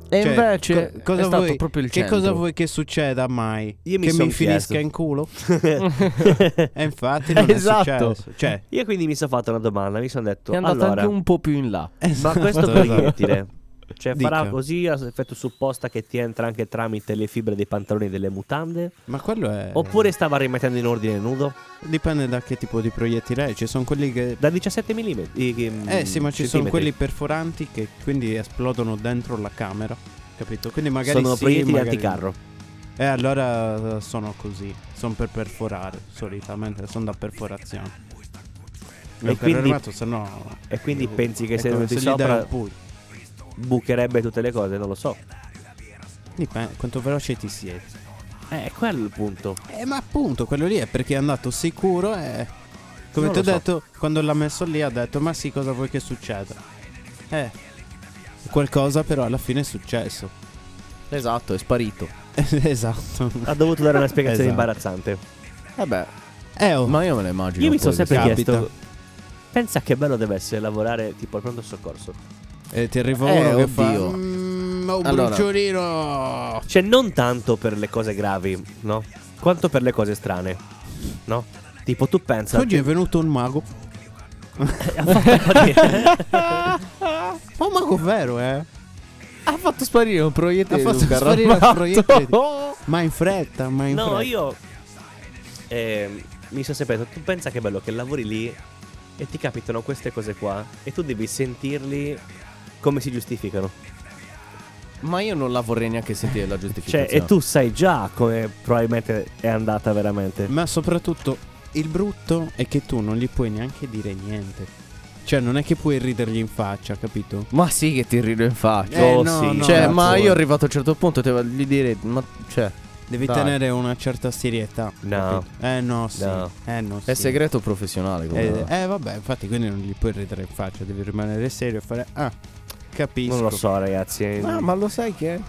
Speaker 4: E
Speaker 2: Cioè,
Speaker 4: invece
Speaker 2: co- cosa
Speaker 4: è stato
Speaker 2: vuoi-
Speaker 4: proprio il
Speaker 2: Che
Speaker 4: centro.
Speaker 2: cosa vuoi che succeda mai?
Speaker 3: Io mi
Speaker 2: che
Speaker 3: son
Speaker 2: mi
Speaker 3: chiesto.
Speaker 2: finisca in culo? E infatti non
Speaker 4: Esatto.
Speaker 2: è successo. Cioè,
Speaker 3: io quindi mi sono fatto una domanda mi sono detto
Speaker 4: È andato
Speaker 3: allora
Speaker 4: anche un po' più in là.
Speaker 3: ma
Speaker 2: esatto,
Speaker 3: questo
Speaker 2: esatto.
Speaker 3: proiettile cioè
Speaker 2: Dica.
Speaker 3: farà così effetto supposta che ti entra anche tramite le fibre dei pantaloni e delle mutande
Speaker 2: Ma quello è...
Speaker 3: oppure stava rimettendo in ordine nudo
Speaker 2: Dipende da che tipo di proiettile è. Ci sono quelli che...
Speaker 3: da 17 mm
Speaker 2: Eh sì, ma ci sono quelli perforanti che quindi esplodono dentro la camera. Capito? Quindi magari
Speaker 3: sono
Speaker 2: sì,
Speaker 3: proiettili
Speaker 2: magari no.
Speaker 3: anticarro
Speaker 2: E allora eh, sono così, sono per perforare, solitamente sono da perforazione.
Speaker 3: E
Speaker 2: E
Speaker 3: quindi-
Speaker 2: quindi, armato, se no,
Speaker 3: E quindi pensi che
Speaker 2: è
Speaker 3: se
Speaker 2: come
Speaker 3: venuti
Speaker 2: gli dai
Speaker 3: sopra-
Speaker 2: un pugno.
Speaker 3: bucherebbe tutte le cose, non lo so.
Speaker 2: Dipende quanto veloce ti siedi.
Speaker 3: Eh, è quello il punto.
Speaker 2: Eh, ma appunto, quello lì è perché è andato sicuro e... Come
Speaker 3: Non
Speaker 2: ti ho
Speaker 3: lo so.
Speaker 2: detto, quando l'ha messo lì ha detto, ma sì, cosa vuoi che succeda? Eh. Qualcosa però alla fine è successo.
Speaker 4: Esatto, è sparito.
Speaker 2: esatto.
Speaker 3: Ha dovuto dare una spiegazione
Speaker 2: Esatto.
Speaker 3: imbarazzante.
Speaker 4: Vabbè,
Speaker 2: Eh, oh.
Speaker 4: ma io me lo immagino.
Speaker 3: Io mi
Speaker 4: poi
Speaker 3: sono sempre
Speaker 4: questa-
Speaker 2: capita.
Speaker 3: chiesto. Pensa che bello deve essere lavorare tipo al pronto soccorso.
Speaker 2: Eh, ti arriva
Speaker 4: Eh,
Speaker 2: uno che fa
Speaker 4: oddio.
Speaker 2: "Mm, ho un
Speaker 4: Allora.
Speaker 2: briciolino.
Speaker 3: Cioè, non tanto per le cose gravi, no? Quanto per le cose strane, no? Tipo, tu pensa.
Speaker 2: Oggi è venuto un mago. Ma un mago vero, eh?
Speaker 4: Ha fatto sparire un
Speaker 2: Ha
Speaker 4: proiettile.
Speaker 2: fatto
Speaker 4: Luca,
Speaker 2: sparire il
Speaker 4: armato.
Speaker 2: proiettile. Ma in fretta, ma in
Speaker 3: no,
Speaker 2: fretta.
Speaker 3: io. ehm, mi sono sempre detto, tu pensa che bello che lavori lì e ti capitano queste cose qua e tu devi sentirli come si giustificano.
Speaker 4: Ma io non la vorrei neanche sentire la
Speaker 3: Cioè,
Speaker 4: giustificazione.
Speaker 3: e tu sai già come probabilmente è andata veramente.
Speaker 2: Ma soprattutto il brutto è che tu non gli puoi neanche dire niente. Cioè, non è che puoi ridergli in faccia, capito?
Speaker 4: Ma sì che ti rido in faccia.
Speaker 3: Eh, no, no,
Speaker 4: cioè,
Speaker 3: cazzo,
Speaker 4: ma
Speaker 3: eh.
Speaker 4: io arrivato a un certo punto devo gli dire, ma cioè,
Speaker 2: Devi
Speaker 4: Dai.
Speaker 2: tenere una certa serietà.
Speaker 3: No.
Speaker 2: capito? Eh no, sì.
Speaker 3: No.
Speaker 2: Eh no, sì.
Speaker 4: è segreto professionale come
Speaker 2: Eh, eh, vabbè, infatti, quindi non gli puoi ridere in faccia, devi rimanere serio e fare. Ah, capisco.
Speaker 3: Non lo so, ragazzi.
Speaker 4: Ah, ma lo sai che è?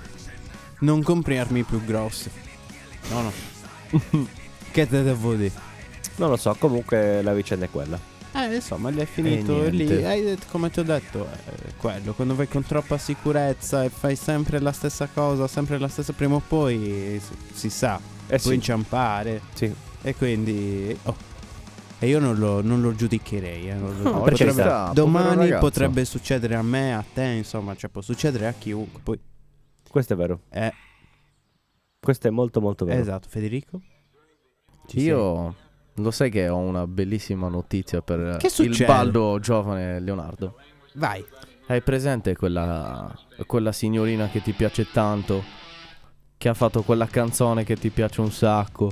Speaker 2: Non compri armi più grosse. No, no. che te devo dire?
Speaker 3: Non lo so, comunque la vicenda è quella.
Speaker 2: Eh, insomma, gli hai finito
Speaker 4: Eh,
Speaker 2: lì.
Speaker 4: niente.
Speaker 2: Hai detto, come ti ho detto, eh, quello. Quando vai con troppa sicurezza e fai sempre la stessa cosa, sempre la stessa, prima o poi eh, si, si sa,
Speaker 3: Eh
Speaker 2: puoi inciampare.
Speaker 3: sì.
Speaker 2: E quindi. oh. E io non lo, non lo giudicherei. eh, non lo-
Speaker 3: No,
Speaker 2: potrebbe-
Speaker 3: perché sta,
Speaker 4: Ah, povero
Speaker 2: domani
Speaker 4: ragazzo.
Speaker 2: potrebbe succedere a me, a te, insomma, cioè può succedere a chiunque. Poi,
Speaker 3: Questo è vero.
Speaker 2: eh,
Speaker 3: Questo è molto molto vero.
Speaker 2: esatto, Federico. Ci
Speaker 4: Io lo sai che ho una bellissima notizia per
Speaker 2: Che
Speaker 4: il
Speaker 2: succede?
Speaker 4: baldo giovane Leonardo.
Speaker 2: sei? Vai.
Speaker 4: Hai presente quella, quella signorina che ti piace tanto? Che ha fatto quella canzone che ti piace un sacco?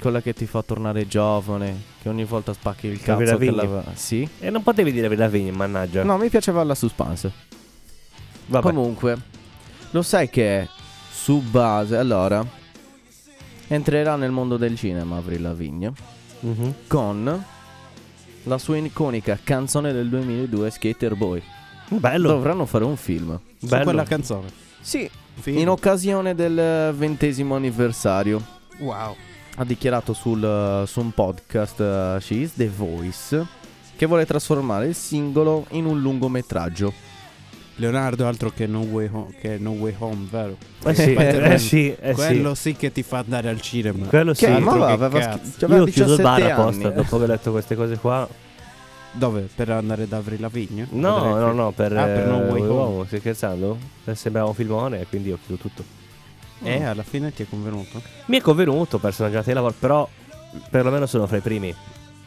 Speaker 4: Quella che ti fa tornare giovane, che ogni volta spacchi il
Speaker 3: La
Speaker 4: cazzo che
Speaker 3: Viravigni.
Speaker 4: la... Sì?
Speaker 3: E non potevi dire la Vigna, mannaggia.
Speaker 4: No, mi piaceva la suspense.
Speaker 3: Vabbè.
Speaker 4: Comunque, lo sai che su base, allora, entrerà nel mondo del cinema Avril Lavigne
Speaker 3: Mhm.
Speaker 4: con la sua iconica canzone del 2002 Skater Boy.
Speaker 3: Bello.
Speaker 4: Dovranno fare un film.
Speaker 2: Su
Speaker 3: Bello.
Speaker 2: quella canzone.
Speaker 4: Sì,
Speaker 2: Film.
Speaker 4: in occasione del eh, ventesimo anniversario.
Speaker 2: wow.
Speaker 4: Ha dichiarato sul, eh, su un podcast eh, She is The Voice che vuole trasformare il singolo in un lungometraggio.
Speaker 2: Leonardo, altro che No Way Home, che no way home vero?
Speaker 3: Eh sì,
Speaker 2: Spider-Man.
Speaker 3: eh sì, eh
Speaker 2: Quello
Speaker 3: sì.
Speaker 2: sì che ti fa andare al cinema.
Speaker 3: Quello sì.
Speaker 4: Che ma
Speaker 2: altro
Speaker 4: va,
Speaker 2: che
Speaker 4: aveva,
Speaker 2: cazzo.
Speaker 4: schi- aveva
Speaker 3: Io ho chiuso il
Speaker 4: 17
Speaker 3: bar
Speaker 4: anni.
Speaker 3: apposta dopo che ho letto queste cose qua.
Speaker 2: Dove? Per andare da Avril Lavigne?
Speaker 3: No,
Speaker 2: Potrei-
Speaker 3: no, no, per,
Speaker 2: Ah, per No
Speaker 3: eh,
Speaker 2: Way Home.
Speaker 3: Wow, stai scherzando? Eh, Sembrava un filmone, quindi ho chiuso tutto.
Speaker 2: Eh, alla fine ti è convenuto?
Speaker 3: Mi è convenuto personaggiato di lavoro, però perlomeno sono fra i primi.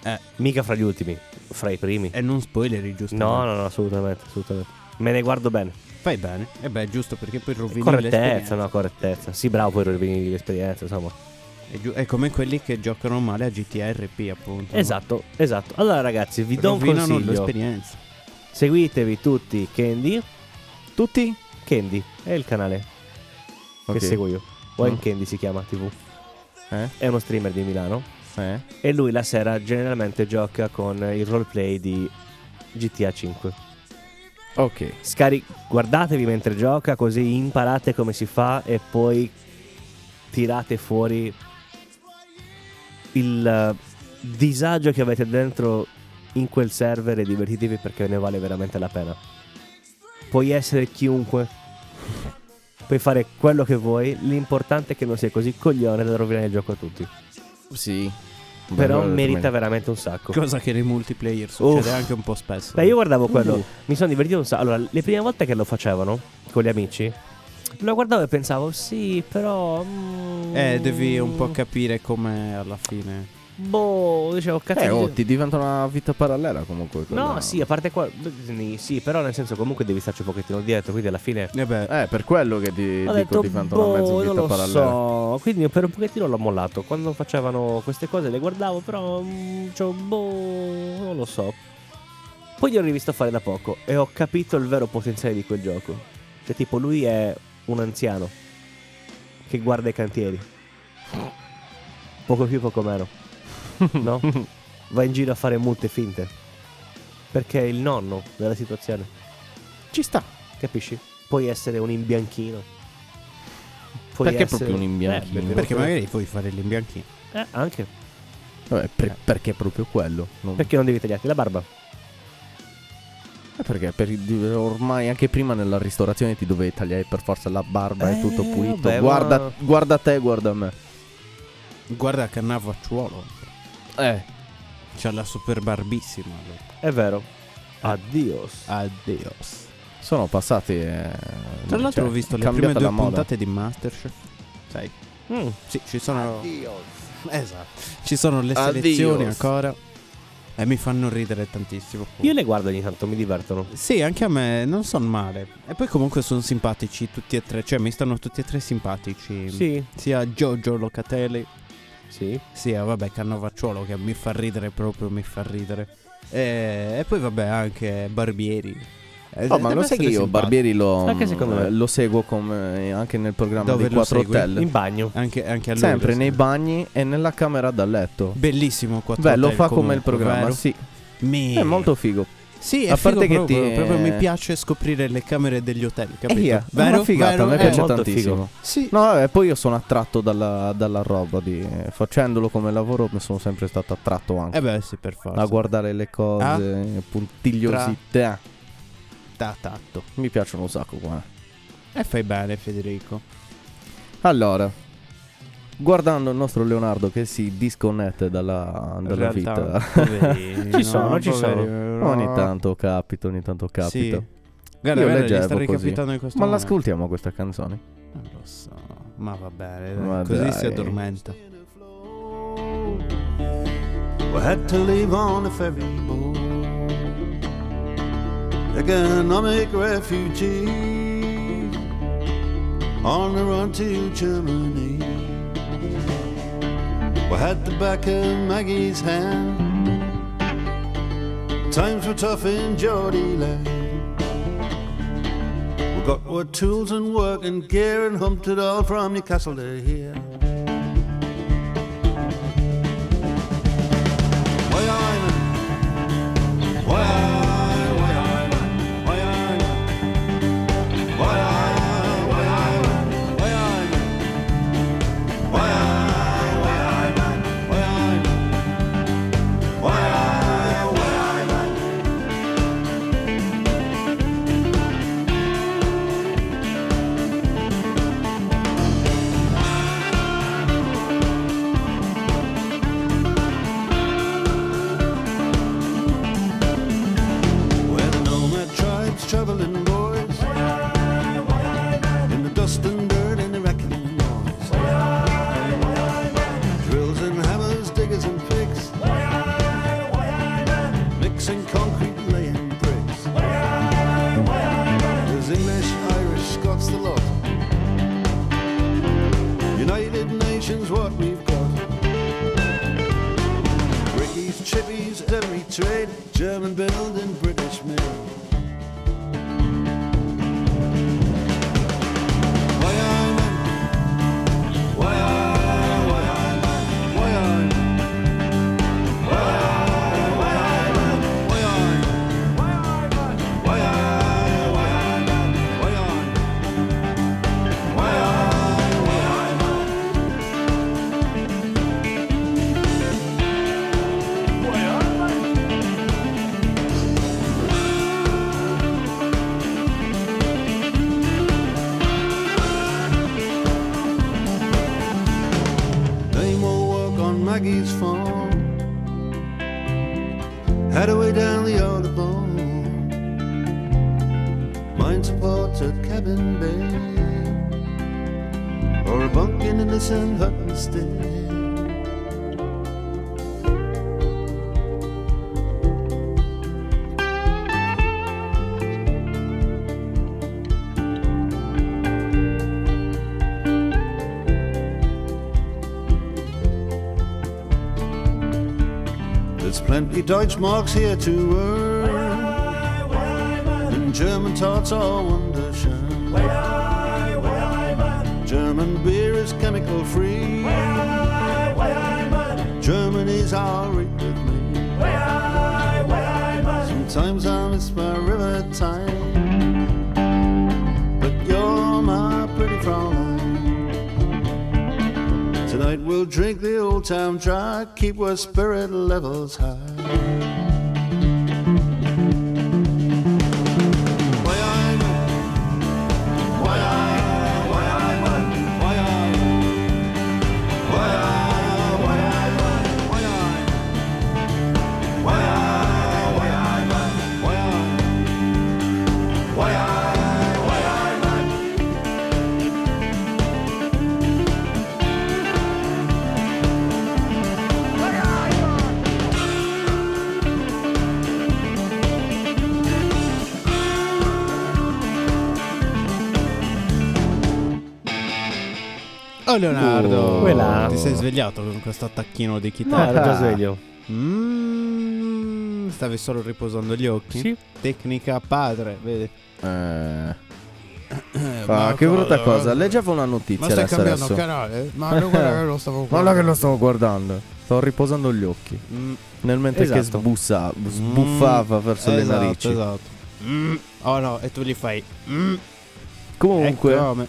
Speaker 2: Eh.
Speaker 3: Mica fra gli ultimi, fra i primi.
Speaker 2: E non spoileri, giusto?
Speaker 3: Eh, No, no, no, assolutamente, assolutamente. Me ne guardo bene.
Speaker 2: Fai bene. E beh, giusto perché poi rovini
Speaker 3: Correttezza,
Speaker 2: l'esperienza.
Speaker 3: no, correttezza. Sì, bravo, poi rovini l'esperienza, insomma.
Speaker 2: È, giu- è come quelli che giocano male a GTRP, appunto. no?
Speaker 3: Esatto, esatto. Allora, ragazzi, vi do un
Speaker 2: Rovinano
Speaker 3: consiglio.
Speaker 2: l'esperienza.
Speaker 3: Seguitevi tutti Candy.
Speaker 4: Tutti?
Speaker 3: Candy è il canale
Speaker 4: Ok.
Speaker 3: che seguo io. One
Speaker 4: Mm.
Speaker 3: Candy si chiama TV.
Speaker 4: Eh?
Speaker 3: È uno streamer di Milano.
Speaker 4: Eh?
Speaker 3: E lui la sera generalmente gioca con il roleplay di GTA 5.
Speaker 4: Ok.
Speaker 3: Scari- guardatevi mentre gioca, così imparate come si fa e poi tirate fuori il eh, disagio che avete dentro in quel server e divertitevi perché ne vale veramente la pena. Puoi essere chiunque, puoi fare quello che vuoi, l'importante è che non sei così coglione da rovinare il gioco a tutti.
Speaker 4: Sì.
Speaker 3: Però
Speaker 4: Bello,
Speaker 3: merita veramente un sacco.
Speaker 2: Cosa che nei multiplayer succede anche un po' spesso.
Speaker 3: Beh, io guardavo quello, mi sono divertito un sacco. Allora, le prime volte che lo facevano con gli amici, lo guardavo e pensavo, sì, però. mm,
Speaker 2: Eh, devi un po' capire come alla fine.
Speaker 3: Boh, dicevo, cazzo.
Speaker 4: Eh, oh,
Speaker 3: di-
Speaker 4: ti diventa una vita parallela comunque.
Speaker 3: No,
Speaker 4: quella-
Speaker 3: sì, a parte qua. Sì, però nel senso, comunque devi starci un pochettino dietro, quindi alla fine.
Speaker 2: E beh,
Speaker 4: Eh, per quello che ti
Speaker 3: Ho
Speaker 4: dico
Speaker 3: detto,
Speaker 4: diventa
Speaker 3: boh,
Speaker 4: una mezza vita
Speaker 3: non lo
Speaker 4: parallela.
Speaker 3: so. Quindi per un pochettino l'ho mollato. Quando facevano queste cose le guardavo, però. mm, dicevo, boh, non lo so. Poi li ho rivisto fare da poco e ho capito il vero potenziale di quel gioco. Cioè, tipo, lui è un anziano che guarda i cantieri. Poco più, poco meno. No? Va in giro a fare multe finte. perché è il nonno della situazione,
Speaker 4: Ci sta.
Speaker 3: capisci? Puoi essere un imbianchino. Puoi
Speaker 4: Perché
Speaker 3: essere-
Speaker 4: proprio un imbianchino?
Speaker 3: Eh, perché,
Speaker 2: Perché magari puoi fare l'imbianchino.
Speaker 3: eh, anche
Speaker 4: Vabbè, per-
Speaker 3: Eh.
Speaker 4: perché proprio quello? Non-
Speaker 3: perché non devi tagliarti la barba.
Speaker 4: Eh, perché per il- ormai anche prima nella ristorazione ti dovevi tagliare per forza la barba e
Speaker 3: Eh,
Speaker 4: tutto pulito.
Speaker 3: vabbè,
Speaker 4: guarda,
Speaker 3: ma-
Speaker 4: guarda te, guarda me.
Speaker 2: Guarda Cannavacciuolo.
Speaker 4: Eh.
Speaker 2: C'ha la super barbissima. lui.
Speaker 3: È vero.
Speaker 4: Ah.
Speaker 3: Addios.
Speaker 2: Adios.
Speaker 4: Sono passati. eh,
Speaker 2: Tra l'altro
Speaker 4: cioè,
Speaker 2: ho visto le prime
Speaker 4: cambiata
Speaker 2: due
Speaker 4: la moda.
Speaker 2: puntate di Masterchef. Sai?
Speaker 3: Mm.
Speaker 2: Sì, ci sono.
Speaker 5: Dios.
Speaker 2: Esatto. Ci sono le
Speaker 4: Adios.
Speaker 2: selezioni ancora. E mi fanno ridere tantissimo.
Speaker 3: Io le guardo ogni tanto, mi divertono.
Speaker 2: Sì, anche a me non sono male. E poi comunque sono simpatici tutti e tre. Cioè, mi stanno tutti e tre simpatici.
Speaker 3: Sì,
Speaker 2: Sia Giorgio Locatelli,
Speaker 3: sì.
Speaker 2: sia vabbè Cannovacciolo che mi fa ridere proprio, mi fa ridere. E, e poi vabbè anche Barbieri. Eh,
Speaker 4: No, Oh, ma
Speaker 2: deve
Speaker 4: lo sai che
Speaker 2: essere
Speaker 4: io
Speaker 2: simpatico.
Speaker 4: Barbieri lo, eh,
Speaker 3: Anche secondo me.
Speaker 4: lo seguo come, anche nel programma
Speaker 2: Dove
Speaker 4: di
Speaker 2: lo
Speaker 4: Quattro
Speaker 2: segui?
Speaker 4: Hotel.
Speaker 3: In bagno.
Speaker 2: Anche, anche a lui.
Speaker 4: Sempre
Speaker 2: lo
Speaker 4: nei
Speaker 2: so.
Speaker 4: bagni e nella camera da letto.
Speaker 2: Bellissimo qua.
Speaker 4: Beh, lo fa come il programma,
Speaker 2: Vero? Eh.
Speaker 4: sì.
Speaker 2: Mi-
Speaker 4: È molto figo.
Speaker 2: Sì, è
Speaker 4: a
Speaker 2: figo
Speaker 4: parte che
Speaker 2: proprio,
Speaker 4: ti-
Speaker 2: proprio mi piace scoprire le camere degli hotel, capito?
Speaker 4: Eh, yeah, È
Speaker 2: vero?
Speaker 4: una figata,
Speaker 2: Vero?
Speaker 4: a
Speaker 2: Eh,
Speaker 4: me piace
Speaker 3: molto
Speaker 4: tantissimo.
Speaker 3: figo.
Speaker 2: Sì.
Speaker 4: No, vabbè, poi io sono attratto dalla, dalla roba di... Facendolo come lavoro mi sono sempre stato attratto anche
Speaker 2: Eh beh, sì, Ah? per forza.
Speaker 4: a guardare le cose, puntigliosità.
Speaker 2: Da tatto.
Speaker 4: Mi piacciono un sacco qua.
Speaker 2: E fai bene, Federico.
Speaker 4: Allora, guardando il nostro Leonardo che si disconnette dalla,
Speaker 2: In
Speaker 4: dalla
Speaker 2: realtà,
Speaker 4: vita.
Speaker 2: poverino,
Speaker 3: Ci sono, ci sono.
Speaker 2: poverino.
Speaker 4: Ogni tanto capita, ogni tanto capita.
Speaker 2: Sì. Guarda,
Speaker 4: Io
Speaker 2: guarda, gli
Speaker 4: leggevo
Speaker 2: sta
Speaker 4: così.
Speaker 2: ricapitando in questo
Speaker 4: Ma
Speaker 2: momento.
Speaker 4: l'ascoltiamo questa canzone?
Speaker 2: Non lo so. Ma va bene,
Speaker 4: Ma
Speaker 2: così
Speaker 4: dai.
Speaker 2: si addormenta.
Speaker 6: We had to leave on a ferry boat. Economic refugees on the run to Germany. We had the back of Maggie's hand. Times were tough in Geordie land. We got our tools and work and gear and humped it all from Newcastle to here. Why I'm why I, why I'm why I'm why I, why I'm why I'm why I, why I'm why I'm why I, why I'm Where the nomad tribes traveling boys In the dust and dirt and the rattling noise Drills and hammers, diggers and picks Mixing concrete, laying bricks There's English, Irish, Scots, the lot United Nations, what we've got Brickies, chippies, every trade, German build and British made. Why I'm why I'm why I'm why I'm why I'm why I'm why I'm why I'm why I'm why I'm why I'm why I'm why I'm They more work on Maggie's farm. Hadaway down the Audubon. Mine supports a cabin bay. Or a bunk in an innocent hut instead. There's plenty Deutschmarks here to earn. And German tarts are wonderschön. German beer is chemical free. Germany's all right with me. Sometimes time. But you're my pretty Fraulein. Tonight we'll drink the old town dry, keep our spirit levels high. Why I'm why I why I won why I why I why I won why I why I why I won why I why I why I won
Speaker 2: Oh Leonardo,
Speaker 4: Oh. Quella-
Speaker 2: ti sei svegliato con questo attacchino di
Speaker 3: No,
Speaker 2: chitarra?
Speaker 3: ero già sveglio.
Speaker 2: Mm, stavi solo riposando gli occhi?
Speaker 3: Sì.
Speaker 2: Tecnica padre, vedi. Eh,
Speaker 4: Eh,
Speaker 2: Ma
Speaker 4: ah, che brutta
Speaker 2: guarda,
Speaker 4: cosa. Leggevo una
Speaker 2: Ma
Speaker 4: notizia
Speaker 2: stai
Speaker 4: adesso.
Speaker 2: cambiando
Speaker 4: adesso.
Speaker 2: canale? Ma non guarda che lo stavo
Speaker 4: Guarda che lo stavo guardando. Stavo riposando gli occhi.
Speaker 2: Mm,
Speaker 4: Nel mentre che
Speaker 3: Esatto.
Speaker 4: sbussa- sbuffava verso le
Speaker 2: esatto,
Speaker 4: narici.
Speaker 2: Esatto. Mm, Oh no, e tu gli fai. mm,
Speaker 4: Comunque,
Speaker 2: ecco come.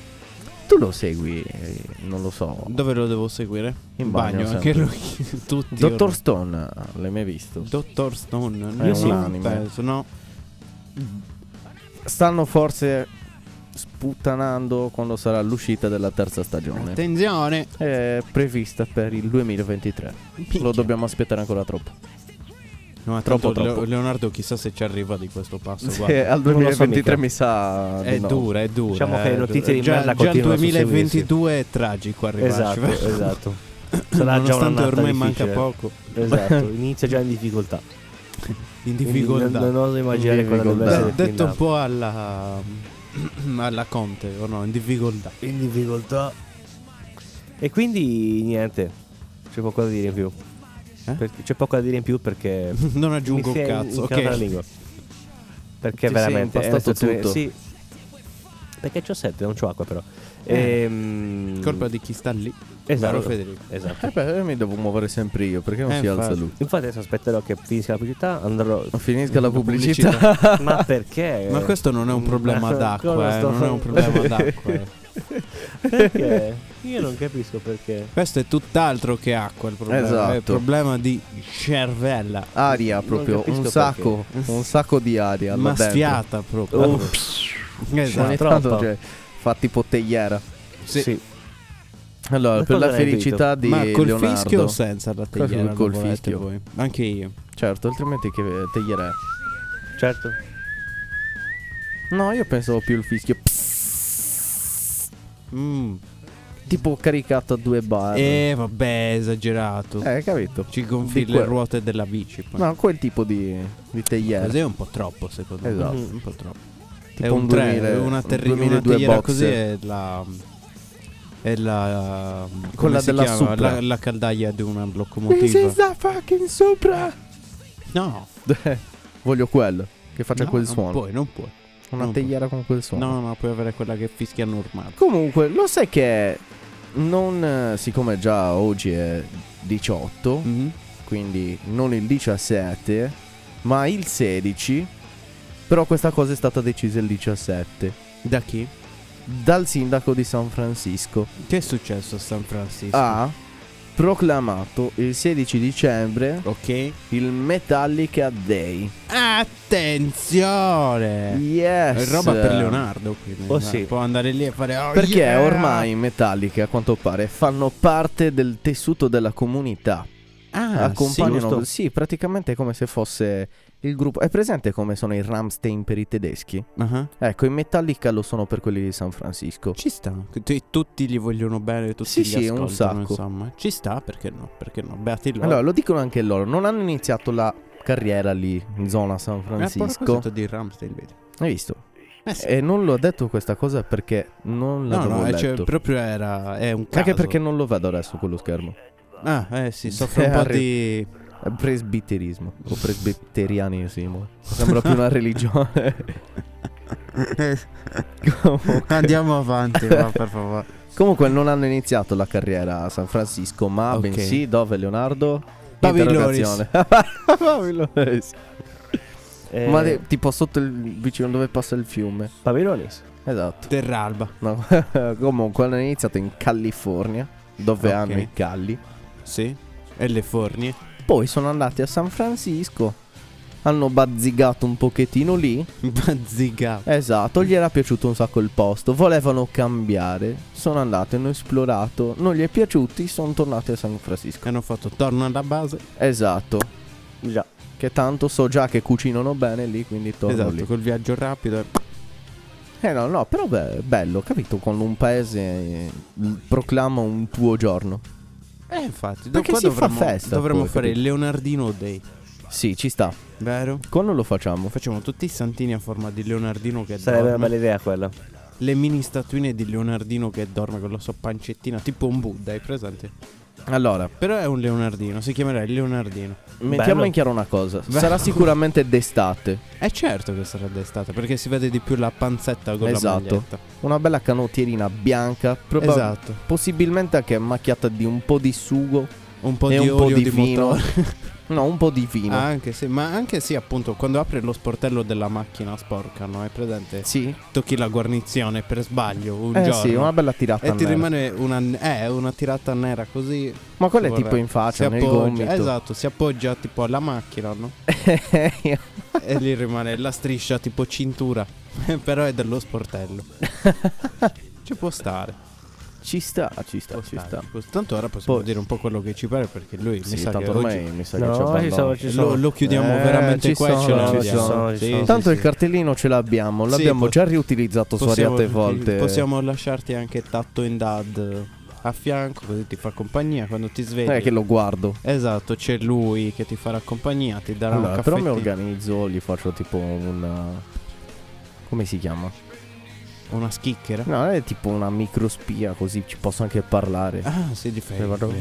Speaker 4: tu lo segui, eh, non lo so.
Speaker 2: Dove lo devo seguire?
Speaker 4: In bagno,
Speaker 2: anche
Speaker 4: sempre.
Speaker 2: lui. Tutti.
Speaker 4: Dottor
Speaker 2: ormai.
Speaker 4: Stone, l'hai mai visto?
Speaker 2: Dottor Stone.
Speaker 4: È
Speaker 2: Io
Speaker 4: un
Speaker 2: sì,
Speaker 4: anime.
Speaker 2: penso, no.
Speaker 4: Stanno forse sputtanando quando sarà l'uscita della terza stagione.
Speaker 2: Attenzione.
Speaker 4: È prevista per il 2023. Lo dobbiamo aspettare ancora troppo.
Speaker 2: No, ma
Speaker 4: Troppo,
Speaker 2: tanto Leo-
Speaker 4: troppo.
Speaker 2: Leonardo chissà se ci arriva di questo passo.
Speaker 4: Sì,
Speaker 2: guarda.
Speaker 3: Non lo
Speaker 4: al
Speaker 3: so
Speaker 4: 2023
Speaker 3: mica.
Speaker 4: mi sa. di
Speaker 2: È
Speaker 4: no.
Speaker 2: dura, è dura.
Speaker 3: Diciamo che
Speaker 2: eh,
Speaker 3: le notizie di
Speaker 2: già,
Speaker 3: merda
Speaker 2: Già il
Speaker 3: continuano a
Speaker 2: 2022 è tragico arrivarci.
Speaker 3: Esatto,
Speaker 2: vero?
Speaker 3: esatto. Sarà già
Speaker 2: Nonostante
Speaker 3: un'annata
Speaker 2: ormai manca
Speaker 3: difficile.
Speaker 2: poco.
Speaker 3: Esatto, inizia già in difficoltà.
Speaker 2: In
Speaker 3: Quindi
Speaker 2: difficoltà.
Speaker 3: Non, non oso immaginare
Speaker 4: In
Speaker 3: cosa dovrebbe
Speaker 4: difficoltà.
Speaker 2: Beh,
Speaker 3: essere.
Speaker 2: detto un po' alla alla Conte, o no, in difficoltà.
Speaker 3: in difficoltà. E quindi niente, c'è poco da dire in più.
Speaker 2: Eh?
Speaker 3: Perché- c'è poco da dire in più perché
Speaker 2: Non aggiungo
Speaker 3: mi si
Speaker 2: un
Speaker 3: è
Speaker 2: cazzo,
Speaker 3: incartata la
Speaker 2: ok.
Speaker 3: lingua. Perché
Speaker 4: Ti sei
Speaker 3: veramente è una
Speaker 4: impastato
Speaker 3: situazione-
Speaker 4: tutto.
Speaker 3: Sì. Perché c'ho sette, non c'ho acqua però. Ehm,
Speaker 2: Eh. Colpa di chi sta lì.
Speaker 3: esatto.
Speaker 2: Caro Federico.
Speaker 3: Esatto.
Speaker 4: Eh beh, io mi devo muovere sempre io perché non
Speaker 2: Eh,
Speaker 4: si alza
Speaker 2: infatti.
Speaker 4: lui.
Speaker 3: Infatti adesso aspetterò che finisca la pubblicità, andrò
Speaker 4: Finisca la
Speaker 2: La
Speaker 4: pubblicità.
Speaker 3: Ma perché?
Speaker 2: Ma questo non è un problema
Speaker 3: Ma Eh. cosa
Speaker 2: d'acqua, eh,
Speaker 3: sto
Speaker 2: non è un problema d'acqua. eh.
Speaker 3: Perché? Io non capisco perché.
Speaker 2: Questo è tutt'altro che acqua il problema,
Speaker 4: Esatto.
Speaker 2: è un problema di cervella.
Speaker 4: Aria
Speaker 3: Non
Speaker 4: proprio,
Speaker 3: capisco
Speaker 4: un sacco,
Speaker 3: perché.
Speaker 4: un sacco di aria. là
Speaker 2: Ma
Speaker 4: dentro.
Speaker 2: sfiata proprio.
Speaker 3: Oh.
Speaker 2: Esatto.
Speaker 4: Ogni
Speaker 3: Troppo.
Speaker 4: tanto cioè, fa tipo tegliera.
Speaker 2: Sì.
Speaker 4: Allora,
Speaker 3: Ma
Speaker 4: per la
Speaker 3: cosa ne hai
Speaker 4: felicità di
Speaker 2: Ma col
Speaker 4: Leonardo.
Speaker 2: fischio o senza la tegliera?
Speaker 4: col
Speaker 2: lo volete
Speaker 4: fischio.
Speaker 2: voi? Anche io.
Speaker 4: Certo, altrimenti che tegliera è?
Speaker 3: Certo.
Speaker 4: No, io pensavo più il fischio.
Speaker 2: Mm.
Speaker 4: Tipo caricato a due bar.
Speaker 2: Eh, vabbè, esagerato.
Speaker 4: Eh, capito.
Speaker 2: Ci gonfi
Speaker 4: Di
Speaker 2: le
Speaker 4: quel-
Speaker 2: ruote della bici. Poi.
Speaker 4: No, quel tipo di, di tegliera.
Speaker 2: Così è un po' troppo, secondo
Speaker 4: Esatto.
Speaker 2: me. Un po' troppo.
Speaker 4: Tipo
Speaker 2: è un,
Speaker 4: un
Speaker 2: tre,
Speaker 4: 2000,
Speaker 2: una, terri-
Speaker 4: un
Speaker 2: una
Speaker 4: 2002
Speaker 2: tegliera
Speaker 4: boxer.
Speaker 2: così è la. È la. come
Speaker 4: Quella
Speaker 2: si
Speaker 4: della
Speaker 2: chiama?
Speaker 4: Supra.
Speaker 2: La, la caldaia di una locomotiva.
Speaker 4: This is the fucking Supra.
Speaker 2: No,
Speaker 4: Voglio quello. Che faccia
Speaker 2: no,
Speaker 4: quel
Speaker 2: non
Speaker 4: suono.
Speaker 2: Puoi, non puoi.
Speaker 4: Una
Speaker 2: non
Speaker 4: tegliera con quel suono.
Speaker 2: No, no, puoi avere quella che fischia normale.
Speaker 4: Comunque, lo sai che non eh, siccome già oggi è 18,
Speaker 2: Mhm.
Speaker 4: quindi non il 17, ma il 16. Però questa cosa è stata decisa il 17
Speaker 2: Da chi?
Speaker 4: dal sindaco di San Francisco.
Speaker 2: Che è successo a San Francisco?
Speaker 4: Ha proclamato il 16 dicembre
Speaker 2: Ok.
Speaker 4: il Metallica Day.
Speaker 2: Attenzione!
Speaker 4: Yes.
Speaker 2: Eh. È roba per Leonardo, quindi.
Speaker 3: Oh,
Speaker 2: dai,
Speaker 3: sì.
Speaker 2: Può andare lì e fare... "Oh,
Speaker 4: Perché
Speaker 2: yeah!"
Speaker 4: ormai Metallica, a quanto pare, fanno parte del tessuto della comunità.
Speaker 2: Ah,
Speaker 4: accompagnano.
Speaker 3: giusto.
Speaker 4: Sì, praticamente è come se fosse il gruppo. È presente come sono i Ramstein per i tedeschi?
Speaker 2: sì. Ah,
Speaker 4: Ecco, i Metallica lo sono per quelli di San Francisco.
Speaker 2: Ci sta. Tu- Tutti gli vogliono bene, tutti
Speaker 4: Sì,
Speaker 2: gli
Speaker 4: sì, un
Speaker 2: ascoltano,
Speaker 4: sacco.
Speaker 2: insomma. Ci sta, perché no? Perché no? Beati loro.
Speaker 4: Allora, lo dicono anche loro. Non hanno iniziato la carriera lì in zona San Francisco.
Speaker 2: Eh, di Ramstein, vedi?
Speaker 4: Hai visto?
Speaker 2: Eh sì.
Speaker 4: E non l'ho detto questa cosa perché non
Speaker 2: No,
Speaker 4: l'avevo
Speaker 2: no, eh, cioè,
Speaker 4: letto.
Speaker 2: proprio era... È un caso.
Speaker 4: Anche perché non lo vedo adesso quello schermo.
Speaker 2: Ah, eh sì, soffre
Speaker 4: Eh,
Speaker 2: un po'
Speaker 4: arri-
Speaker 2: di...
Speaker 4: È presbiterismo o presbiterianesimo. Sembra più una religione. Comunque.
Speaker 2: Andiamo avanti, va, per favore.
Speaker 4: Comunque non hanno iniziato la carriera a San Francisco, ma
Speaker 2: Ok.
Speaker 4: bensì dove Leonardo?
Speaker 2: Pavillonis.
Speaker 4: Interrogazione. Pavillonis.
Speaker 3: Eh,
Speaker 4: Ma de- tipo sotto il vicino dove passa il fiume.
Speaker 3: Pavironis.
Speaker 4: Esatto.
Speaker 2: Terralba.
Speaker 4: No. Comunque hanno iniziato in California, dove
Speaker 2: Ok.
Speaker 4: hanno i galli.
Speaker 2: Sì. E le fornie.
Speaker 4: Poi sono andati a San Francisco. Hanno bazzigato un pochettino lì.
Speaker 2: Bazziga.
Speaker 4: Esatto, gli era piaciuto un sacco il posto. Volevano cambiare. Sono andati, hanno esplorato. Non gli è piaciuti, sono tornati a San Francisco.
Speaker 2: Hanno fatto torno alla base.
Speaker 4: Esatto.
Speaker 3: Già.
Speaker 4: Che tanto so già che cucinano bene lì, quindi torno
Speaker 2: esatto,
Speaker 4: lì.
Speaker 2: col viaggio rapido. e-
Speaker 4: Eh no, no, però beh, bello, capito? Quando un paese eh, l- proclama un tuo giorno.
Speaker 2: Eh, infatti,
Speaker 4: Perché
Speaker 2: qua
Speaker 4: si fa
Speaker 2: dovremmo,
Speaker 4: festa,
Speaker 2: dovremmo
Speaker 4: poi,
Speaker 2: fare il
Speaker 4: capito?
Speaker 2: Leonardino Day,
Speaker 4: Sì, ci sta.
Speaker 2: vero?
Speaker 4: Quando lo facciamo?
Speaker 2: Facciamo tutti i santini a forma di Leonardino che
Speaker 3: Sarebbe una
Speaker 2: dorme.
Speaker 3: bella idea quella. Cioè,
Speaker 2: Le mini statuine di Leonardino che dorme con la sua pancettina, tipo un Buddha, hai presente?
Speaker 4: Allora,
Speaker 2: Però è un Leonardino, si chiamerà il Leonardino.
Speaker 4: mettiamo
Speaker 3: Bello.
Speaker 4: in chiaro una cosa.
Speaker 2: Bello.
Speaker 4: Sarà sicuramente d'estate.
Speaker 2: È certo che sarà d'estate, perché si vede di più la panzetta con
Speaker 4: Esatto.
Speaker 2: la maglietta.
Speaker 4: Una bella canotierina bianca, proba-
Speaker 2: Esatto.
Speaker 4: possibilmente anche macchiata di un po' di sugo
Speaker 2: Un po'
Speaker 4: e
Speaker 2: di
Speaker 4: un po'
Speaker 2: olio
Speaker 4: di,
Speaker 2: di,
Speaker 4: vino.
Speaker 2: motore.
Speaker 4: no, un po' di vino.
Speaker 2: Ah, anche sì, ma anche sì, appunto, quando apri lo sportello della macchina sporca, no? Hai presente?
Speaker 4: Sì.
Speaker 2: Tocchi la guarnizione per sbaglio un
Speaker 4: eh
Speaker 2: giorno.
Speaker 4: sì, una bella tirata.
Speaker 2: E ti
Speaker 4: nera.
Speaker 2: rimane una, eh, una tirata nera così.
Speaker 4: Ma quella è
Speaker 2: vorrei-
Speaker 4: tipo in
Speaker 2: Si
Speaker 4: faccia, nel
Speaker 2: appoggia,
Speaker 4: gomito.
Speaker 2: esatto, si appoggia tipo alla macchina, no? esatto. e lì rimane la striscia tipo cintura. Però è dello sportello. ci può stare.
Speaker 4: ci sta, ci sta,
Speaker 2: può
Speaker 4: ci
Speaker 2: stare,
Speaker 4: sta.
Speaker 2: ci può- Tanto ora possiamo
Speaker 4: Poi-
Speaker 2: dire un po' quello che ci pare perché lui
Speaker 4: Sì,
Speaker 2: mi sa che
Speaker 4: tanto
Speaker 2: oggi
Speaker 4: ormai mi sa che
Speaker 3: No,
Speaker 4: ci abbandono.
Speaker 3: ci sono, ci sono.
Speaker 2: lo, lo chiudiamo
Speaker 4: Eh,
Speaker 2: veramente
Speaker 4: ci
Speaker 2: qua e ce
Speaker 4: sono,
Speaker 2: la
Speaker 4: ci
Speaker 2: chiudiamo.
Speaker 3: sono, ci sono.
Speaker 4: Tanto il cartellino ce l'abbiamo,
Speaker 2: Sì,
Speaker 4: l'abbiamo
Speaker 2: pot-
Speaker 4: già riutilizzato
Speaker 2: possiamo-
Speaker 4: svariate volte.
Speaker 2: Possiamo lasciarti anche Tatto in Dad a fianco così ti fa compagnia quando ti svegli.
Speaker 4: Non è Eh, che lo guardo.
Speaker 2: Esatto, c'è lui che ti farà compagnia, ti darà un
Speaker 4: Allora, però
Speaker 2: caffè.
Speaker 4: mi organizzo, gli faccio tipo un. Come si chiama?
Speaker 2: Una schicchera.
Speaker 4: No, è tipo una microspia così ci posso anche parlare.
Speaker 2: Ah, si difende.
Speaker 4: Eh, vado-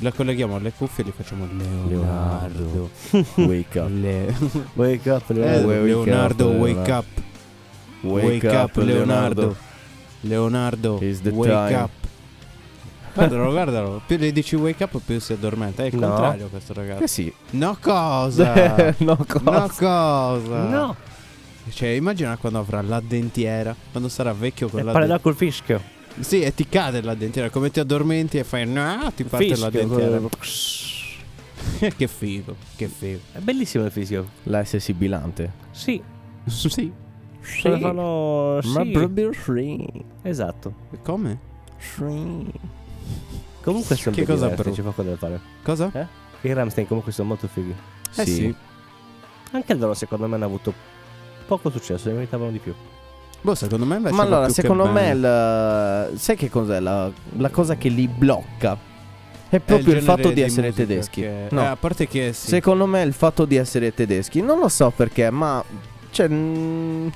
Speaker 2: La colleghiamo alle cuffie e li facciamo Leonardo.
Speaker 4: Leonardo. Wake up.
Speaker 2: Le-
Speaker 3: Wake up,
Speaker 2: Eh,
Speaker 3: Leonardo.
Speaker 4: wake up,
Speaker 2: Leonardo, wake up. Wake up, Leonardo. Leonardo,
Speaker 4: It's the
Speaker 2: wake
Speaker 4: time.
Speaker 2: up. Guardalo, guardalo. Più le dici wake up, più si addormenta. È il
Speaker 3: No.
Speaker 2: contrario questo ragazzo.
Speaker 4: Eh sì.
Speaker 2: No cosa?
Speaker 4: no, cosa?
Speaker 2: no cosa?
Speaker 3: No,
Speaker 2: Cioè, immagina quando avrà la dentiera. Quando sarà vecchio con
Speaker 3: e
Speaker 2: la
Speaker 3: parlerà
Speaker 2: dentiera.
Speaker 3: col fischio.
Speaker 2: Sì, e ti cade la dentiera. Come ti addormenti e fai. No, ti parte la
Speaker 3: Fischio.
Speaker 2: dentiera.
Speaker 3: quello-
Speaker 2: che figo, che figo.
Speaker 3: È bellissimo il fischio.
Speaker 4: La S sibilante.
Speaker 3: Sì,
Speaker 2: sì.
Speaker 3: se lo fanno...
Speaker 4: Ma
Speaker 3: sì,
Speaker 4: proprio free.
Speaker 3: Esatto.
Speaker 2: Come?
Speaker 4: Free.
Speaker 3: Comunque sono
Speaker 2: Che
Speaker 3: che
Speaker 2: cosa
Speaker 3: cosa
Speaker 2: brutta.
Speaker 3: ci fa cosa da fare.
Speaker 2: Cosa?
Speaker 3: I Ramstein comunque sono molto fighi.
Speaker 2: Eh sì.
Speaker 3: Anche loro secondo me hanno avuto poco successo, ne meritavano di più.
Speaker 2: Boh, secondo me invece
Speaker 4: Ma
Speaker 2: va
Speaker 4: allora,
Speaker 2: più che
Speaker 4: secondo me,
Speaker 2: bene.
Speaker 4: il- sai che cos'è la, la cosa che li blocca? È proprio il,
Speaker 2: genere
Speaker 4: fatto di, essere
Speaker 2: musica
Speaker 4: tedeschi.
Speaker 2: che-
Speaker 4: No,
Speaker 2: eh, a parte che sì.
Speaker 4: secondo me è il fatto di essere tedeschi. Non lo so perché, ma. Cioè. mh,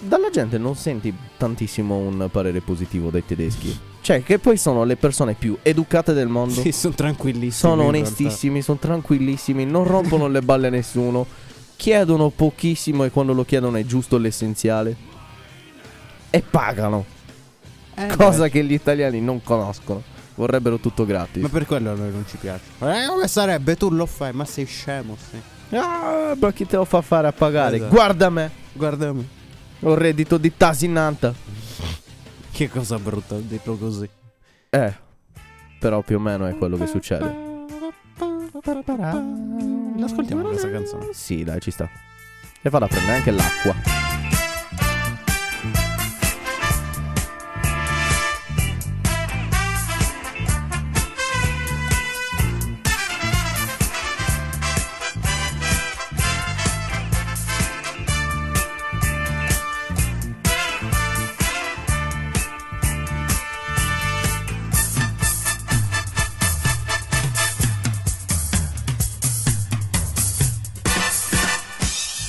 Speaker 4: dalla gente non senti tantissimo un parere positivo dai tedeschi. Cioè, che poi sono le persone più educate del mondo.
Speaker 2: Sì, sono tranquillissimi.
Speaker 4: sono
Speaker 2: in
Speaker 4: onestissimi, sono tranquillissimi, non rompono le balle a nessuno. Chiedono pochissimo e quando lo chiedono è giusto l'essenziale. E pagano.
Speaker 2: realtà. Eh,
Speaker 4: Cosa
Speaker 2: beh,
Speaker 4: che gli italiani non conoscono. Vorrebbero tutto
Speaker 2: Ma
Speaker 4: gratis.
Speaker 2: per quello a noi non ci piace. Eh, come sarebbe? Tu lo fai, ma sei scemo, sì.
Speaker 4: Ah, ma chi te lo fa fare a pagare?
Speaker 2: Esatto.
Speaker 4: Guarda me,
Speaker 2: Guarda me.
Speaker 4: ho il reddito di Tasinanta.
Speaker 2: Che cosa brutta, detto così.
Speaker 4: Eh, però più o meno è quello che succede.
Speaker 2: Ascoltiamo questa canzone.
Speaker 4: Sì, dai, ci sta. E vado a prendere anche l'acqua.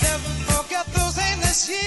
Speaker 6: Never broke up those endless
Speaker 7: Oh,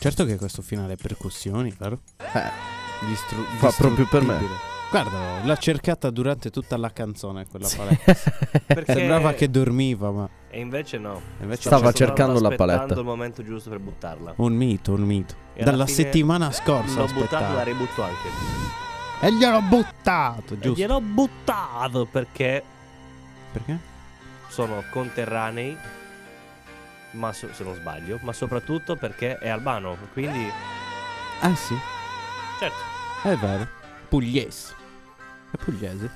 Speaker 2: Certo che questo finale percussioni, claro. Distru-
Speaker 4: Eh. fa proprio per me.
Speaker 2: distruttibile. Guarda, l'ha cercata durante tutta la canzone quella
Speaker 4: Sì. Eh.
Speaker 2: paletta.
Speaker 3: Perché...
Speaker 2: Sembrava che dormiva, ma
Speaker 3: E invece no.
Speaker 2: invece
Speaker 4: Stava
Speaker 2: c'è stato
Speaker 4: cercando la
Speaker 3: aspettando
Speaker 4: paletta.
Speaker 3: il momento giusto per buttarla.
Speaker 2: un mito, un mito.
Speaker 3: E alla
Speaker 2: Dalla
Speaker 3: fine
Speaker 2: settimana scorsa
Speaker 3: L'ho buttato, la
Speaker 2: aspettavo.
Speaker 3: ributto anche.
Speaker 2: E gliel'ho buttato,
Speaker 3: E
Speaker 2: giusto?
Speaker 3: Gliel'ho buttato perché
Speaker 2: Perché?
Speaker 3: sono conterranei, ma so- se non sbaglio, ma soprattutto perché è albano. Quindi,
Speaker 2: Ah sì,
Speaker 3: certo,
Speaker 2: è vero. Pugliese. È pugliese?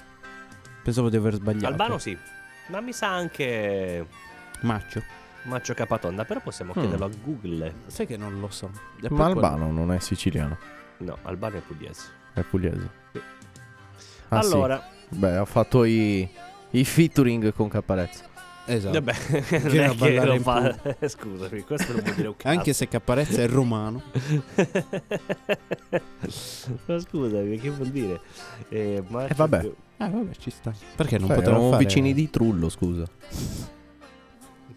Speaker 2: Pensavo di aver sbagliato.
Speaker 3: albano sì, ma mi sa anche
Speaker 2: Maccio.
Speaker 3: Maccio Capatonda, però possiamo
Speaker 4: Mm.
Speaker 3: chiederlo a Google.
Speaker 2: Sai che non lo so. È per
Speaker 4: Ma Albano non è siciliano,
Speaker 3: No, albano è pugliese.
Speaker 4: è pugliese.
Speaker 3: Sì.
Speaker 4: Ah, sì.
Speaker 3: allora,
Speaker 4: Beh, ha fatto i, i featuring con Caparezza.
Speaker 2: quello- Esatto.
Speaker 3: vabbè, non
Speaker 2: Gira a
Speaker 3: è che
Speaker 2: ballare
Speaker 3: lo
Speaker 2: in
Speaker 3: fa... Scusami, questo non vuol dire un cazzo.
Speaker 2: Anche se Caparezza è romano.
Speaker 3: ma scusami, che vuol dire? Eh, ma-
Speaker 4: Eh, vabbè.
Speaker 2: Eh vabbè, ci sta. Perché non
Speaker 4: Cioè,
Speaker 2: potevano
Speaker 4: erano
Speaker 2: fare-
Speaker 4: vicini di Trullo, scusa.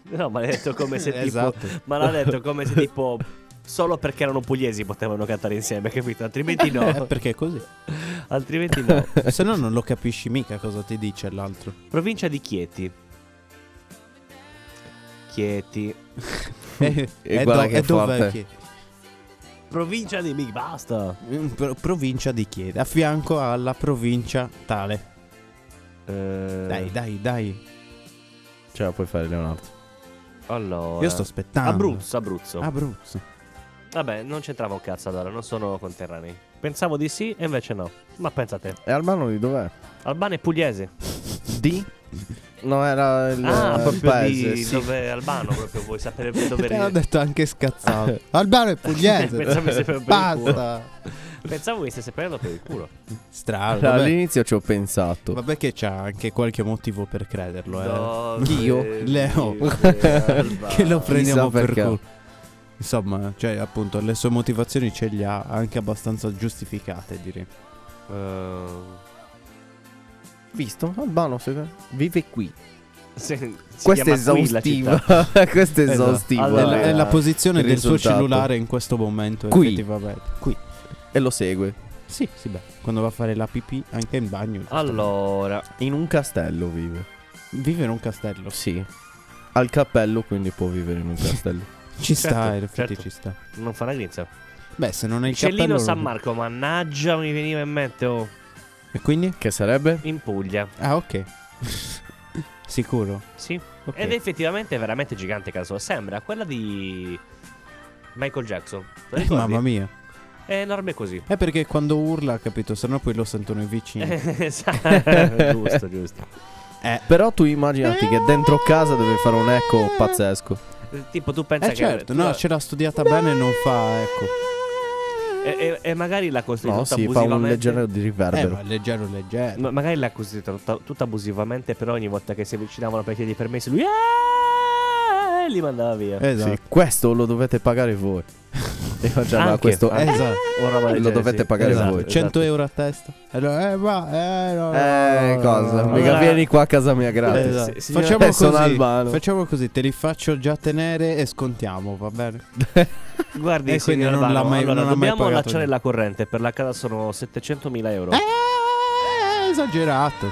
Speaker 3: No, ma l'ha detto come se tipo
Speaker 2: esatto.
Speaker 3: Ma l'ha detto come se tipo solo perché erano pugliesi potevano cantare insieme, capito? Altrimenti
Speaker 2: Eh,
Speaker 3: no.
Speaker 2: perché è così.
Speaker 3: Altrimenti no.
Speaker 2: Se no non lo capisci mica cosa ti dice l'altro.
Speaker 3: Provincia di Chieti. Chieti.
Speaker 2: Eh, E,
Speaker 4: E guarda che forte.
Speaker 3: Provincia di Big Basta.
Speaker 2: Mm, pro- provincia di Chieti, a fianco alla provincia tale.
Speaker 3: Eh,
Speaker 2: Dai, dai, dai.
Speaker 4: Ce la Cioè, puoi fare, Leonardo.
Speaker 3: Allora.
Speaker 2: Io sto aspettando.
Speaker 3: Abruzzo, Abruzzo.
Speaker 2: Abruzzo.
Speaker 3: Vabbè, non c'entrava un cazzo allora, non sono conterranei. Pensavo di sì e invece no. Ma pensate,
Speaker 4: E Albano di dov'è?
Speaker 3: Albano è pugliese.
Speaker 4: Di? No, era il,
Speaker 3: ah,
Speaker 2: Eh,
Speaker 4: il
Speaker 3: proprio
Speaker 4: paese.
Speaker 3: di
Speaker 4: sì.
Speaker 3: dove è Albano, proprio vuoi sapere dove
Speaker 2: Te l'ho
Speaker 3: ri-
Speaker 2: detto anche scazzato. Albano è pugliese.
Speaker 3: Pensavo mi sempre per il culo.
Speaker 2: Basta.
Speaker 3: Pensavo mi stesse prendendo per il culo.
Speaker 2: Strano.
Speaker 4: Allora,
Speaker 2: Vabbè.
Speaker 4: All'inizio ci ho pensato.
Speaker 2: Vabbè che c'ha anche qualche motivo per crederlo. eh.
Speaker 3: Dove
Speaker 2: Io,
Speaker 3: vive
Speaker 2: Leo,
Speaker 3: Alba?
Speaker 2: che lo prendiamo per
Speaker 4: perché.
Speaker 2: culo. Insomma, cioè, appunto, le sue motivazioni ce le ha anche abbastanza giustificate, direi.
Speaker 3: Eh,
Speaker 4: Visto? Albano se- vive qui.
Speaker 3: se- si
Speaker 4: Questa è
Speaker 3: chiama qui la
Speaker 4: esaustiva.
Speaker 3: città.
Speaker 4: Questa è
Speaker 2: Esatto.
Speaker 4: esaustiva.
Speaker 2: È la, è la posizione
Speaker 4: il
Speaker 2: del suo
Speaker 4: risultato.
Speaker 2: cellulare in questo momento,
Speaker 4: Qui.
Speaker 2: effettivamente. Qui.
Speaker 3: eh.
Speaker 4: E lo segue.
Speaker 2: Sì, sì, beh. Quando va a fare la pipì, anche in bagno. giustamente.
Speaker 3: Allora,
Speaker 4: In un castello vive.
Speaker 2: Vive in un castello.
Speaker 4: Sì. Ha il cappello, quindi può vivere in un castello.
Speaker 2: Ci
Speaker 3: Certo,
Speaker 2: sta, in effetti
Speaker 3: certo.
Speaker 2: ci sta.
Speaker 3: non fa la grinza.
Speaker 2: Diciamo Beh, se non hai il
Speaker 3: Cellino
Speaker 2: cappello...
Speaker 3: San
Speaker 2: non-
Speaker 3: Marco, mannaggia, mi veniva in mente oh,
Speaker 2: E quindi?
Speaker 4: che sarebbe?
Speaker 3: in Puglia.
Speaker 2: Ah, ok. Sicuro?
Speaker 3: Sì.
Speaker 2: Ok.
Speaker 3: Ed effettivamente è veramente gigante caso. Sembra quella di Michael Jackson. Te la
Speaker 2: Eh,
Speaker 3: ricordi?
Speaker 2: mamma mia.
Speaker 3: È enorme così.
Speaker 2: È perché quando urla, capito, sennò poi lo sentono i
Speaker 3: Eh,
Speaker 2: vicini. Eh,
Speaker 3: Esatto, giusto, giusto.
Speaker 4: Però tu immaginati che dentro casa deve fare un eco pazzesco.
Speaker 3: Tipo tu pensa
Speaker 2: Eh
Speaker 3: che
Speaker 2: certo,
Speaker 3: tu
Speaker 2: no,
Speaker 3: la-
Speaker 2: ce l'ha studiata bene e non fa, ecco.
Speaker 3: e, e- e magari l'ha costruita
Speaker 4: No,
Speaker 3: tutta
Speaker 4: sì, fa un
Speaker 3: abusivamente.
Speaker 4: leggero di
Speaker 2: Eh,
Speaker 4: riverbero.
Speaker 2: ma leggero, leggero. Eh,
Speaker 3: Ma- magari l'ha costruita tutta, tutta abusivamente, però ogni volta che si avvicinavano per chiedere permesso, lui "Ah!" li mandava via.
Speaker 2: Esatto.
Speaker 4: Sì, questo lo dovete pagare voi. Io già da
Speaker 3: Anche.
Speaker 4: questo.
Speaker 3: Eh,
Speaker 2: Esatto.
Speaker 3: O roba del
Speaker 4: Lo
Speaker 3: genere,
Speaker 4: dovete
Speaker 3: sì.
Speaker 4: pagare
Speaker 3: Esatto,
Speaker 4: voi.
Speaker 3: esatto.
Speaker 2: 100 euro a testa. Allora, eh, ma, eh, no, no,
Speaker 4: Eh,
Speaker 2: no,
Speaker 4: cosa?
Speaker 2: no, no,
Speaker 4: Mica
Speaker 3: Allora-
Speaker 4: vieni qua a casa mia gratis.
Speaker 2: Esatto.
Speaker 3: Sì, signora-
Speaker 2: Facciamo
Speaker 4: Eh, sono
Speaker 2: così,
Speaker 4: albano.
Speaker 2: facciamo così, te li faccio già tenere e scontiamo, va bene?
Speaker 3: Guardi,
Speaker 2: E quindi
Speaker 3: signor
Speaker 2: non l'ha
Speaker 3: Albano,
Speaker 2: mai-
Speaker 3: allora,
Speaker 2: non ha mai
Speaker 3: dobbiamo
Speaker 2: pagato
Speaker 3: allacciare
Speaker 2: niente.
Speaker 3: la corrente. Per la casa sono 700.000 euro.
Speaker 2: Eh, esagerato.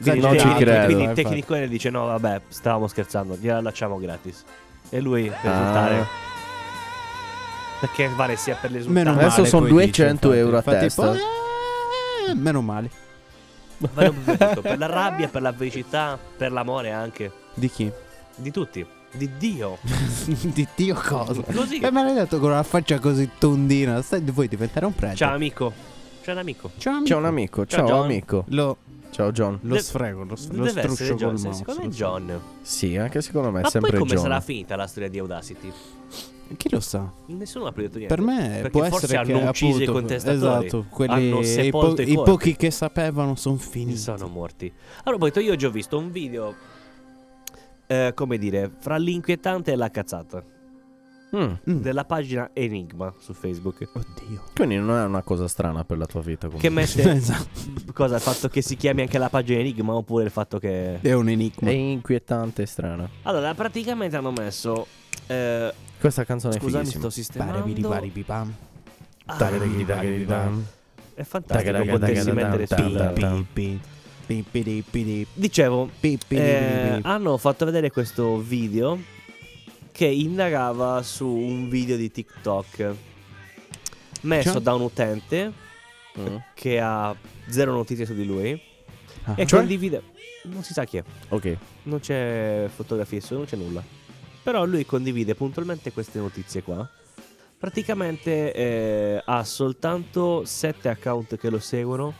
Speaker 3: Quindi,
Speaker 4: non ci
Speaker 3: quindi-
Speaker 4: credo,
Speaker 3: quindi
Speaker 2: eh,
Speaker 3: il tecnico ne dice: No, vabbè, stavamo scherzando, gliela lasciamo gratis. E lui per
Speaker 4: Ah.
Speaker 3: risultare. Perché vale sia per
Speaker 2: Meno
Speaker 3: l'esultante,
Speaker 2: male.
Speaker 4: Adesso sono
Speaker 2: poi dice,
Speaker 4: 200
Speaker 2: infatti.
Speaker 4: euro a
Speaker 2: Infatti,
Speaker 4: testa.
Speaker 2: poi, eh, meno male.
Speaker 3: vale un po' per tutto, per la rabbia, per la felicità, per l'amore anche.
Speaker 2: Di chi?
Speaker 3: Di tutti, di Dio.
Speaker 2: di Dio cosa?
Speaker 3: Così.
Speaker 2: E me l'hai detto con una faccia così tondina. Stai, vuoi diventare un prete?
Speaker 3: Ciao amico. C'è un amico.
Speaker 2: Ciao,
Speaker 4: C'è un amico.
Speaker 3: Ciao,
Speaker 4: Ciao,
Speaker 3: John.
Speaker 4: amico.
Speaker 2: Lo,
Speaker 4: Ciao John.
Speaker 2: lo
Speaker 3: De-
Speaker 2: sfrego, lo, sfrego, lo
Speaker 3: Deve essere
Speaker 2: struscio
Speaker 3: John,
Speaker 2: col
Speaker 3: se-
Speaker 2: mouse.
Speaker 3: secondo me
Speaker 2: lo
Speaker 3: è
Speaker 2: struscio.
Speaker 3: John.
Speaker 4: Sì, anche secondo me
Speaker 3: Ma
Speaker 4: è
Speaker 3: poi
Speaker 4: sempre
Speaker 3: come
Speaker 4: John.
Speaker 3: sarà finita la storia di Audacity?
Speaker 2: Chi lo sa?
Speaker 3: Nessuno ha più detto niente.
Speaker 2: Per me
Speaker 3: Perché
Speaker 2: può
Speaker 3: forse
Speaker 2: essere che
Speaker 3: hanno ucciso
Speaker 2: appunto,
Speaker 3: i contestatori.
Speaker 2: Esatto, quelli
Speaker 3: Hanno
Speaker 2: i,
Speaker 3: sepolto
Speaker 2: po-
Speaker 3: i
Speaker 2: i
Speaker 3: corpi.
Speaker 2: pochi che sapevano sono finiti.
Speaker 3: sono morti. A proposito, io oggi ho visto un video. eh, come dire, fra l'inquietante e la cazzata
Speaker 4: Mm.
Speaker 2: Mm.
Speaker 3: della pagina Enigma su Facebook
Speaker 2: Oddio.
Speaker 4: Quindi non è una cosa strana per la tua vita.
Speaker 3: che
Speaker 4: comunque.
Speaker 3: mette
Speaker 2: Esatto.
Speaker 3: cosa il fatto che si chiami anche la pagina Enigma oppure il fatto che
Speaker 2: È un
Speaker 4: È
Speaker 2: enigma.
Speaker 4: inquietante e strana.
Speaker 3: allora praticamente hanno messo eh,
Speaker 4: Questa canzone
Speaker 3: Scusami,
Speaker 4: è
Speaker 3: sto
Speaker 4: fighissima.
Speaker 3: sistemando.
Speaker 2: bam.
Speaker 3: Ah,
Speaker 4: Tagadagidagidam.
Speaker 3: È fantastico
Speaker 4: Tagadagadagadam.
Speaker 3: potersi mettere
Speaker 4: Tagadagadagadam.
Speaker 3: sul. Dicevo, Eh, hanno fatto vedere questo video che indagava su un video di TikTok messo
Speaker 2: Cioè?
Speaker 3: da un utente
Speaker 4: Mm.
Speaker 3: che ha zero notizie su di lui
Speaker 2: Ah.
Speaker 3: e
Speaker 4: Cioè?
Speaker 3: condivide non si sa chi è,
Speaker 4: Ok.
Speaker 3: non c'è fotografie, non c'è nulla. Però lui condivide puntualmente queste notizie qua. Praticamente eh, ha soltanto 7 account che lo seguono.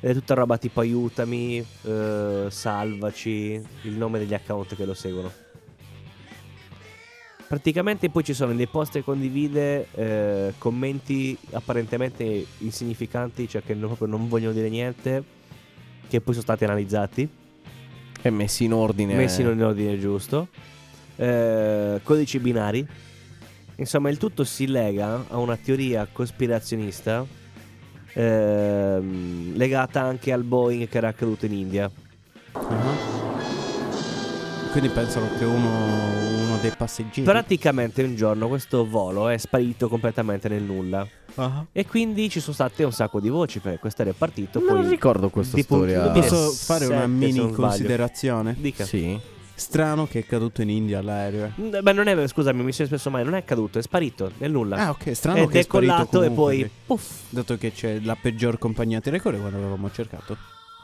Speaker 3: Ed è tutta roba tipo aiutami, eh, salvaci, il nome degli account che lo seguono. Praticamente poi ci sono dei post che condivide, eh, commenti apparentemente insignificanti, cioè che non- proprio non vogliono dire niente, che poi sono stati analizzati
Speaker 4: E messi in ordine.
Speaker 2: Eh.
Speaker 3: messi in ordine giusto, eh, codici binari. Insomma, il tutto si lega a una teoria cospirazionista ehm, legata anche al Boeing che era accaduto in India.
Speaker 2: Mm.
Speaker 3: ah.
Speaker 2: Quindi pensano che uno, uno dei passeggeri.
Speaker 3: Praticamente un giorno questo volo è sparito completamente nel nulla.
Speaker 2: Ah.
Speaker 3: E quindi ci sono state un sacco di voci perché questo era partito.
Speaker 4: Non
Speaker 3: poi
Speaker 4: ricordo questa
Speaker 3: di punti-
Speaker 4: storia.
Speaker 3: di-
Speaker 2: Posso
Speaker 3: Eh,
Speaker 2: fare una
Speaker 3: sette, se
Speaker 2: mini
Speaker 3: non sbaglio.
Speaker 2: considerazione?
Speaker 3: Dica.
Speaker 4: Sì.
Speaker 2: Strano che è caduto in India l'aereo. eh.
Speaker 3: Mm, Beh, non è, scusami, mi sono spesso mai, non è accaduto, è sparito nel nulla.
Speaker 2: Ah, ok, strano
Speaker 3: è
Speaker 2: che è sparito
Speaker 3: decollato e
Speaker 2: comunque,
Speaker 3: poi...
Speaker 2: perché-
Speaker 3: Puff.
Speaker 2: Dato che c'è la peggior compagnia, ti ricordi quando avevamo cercato?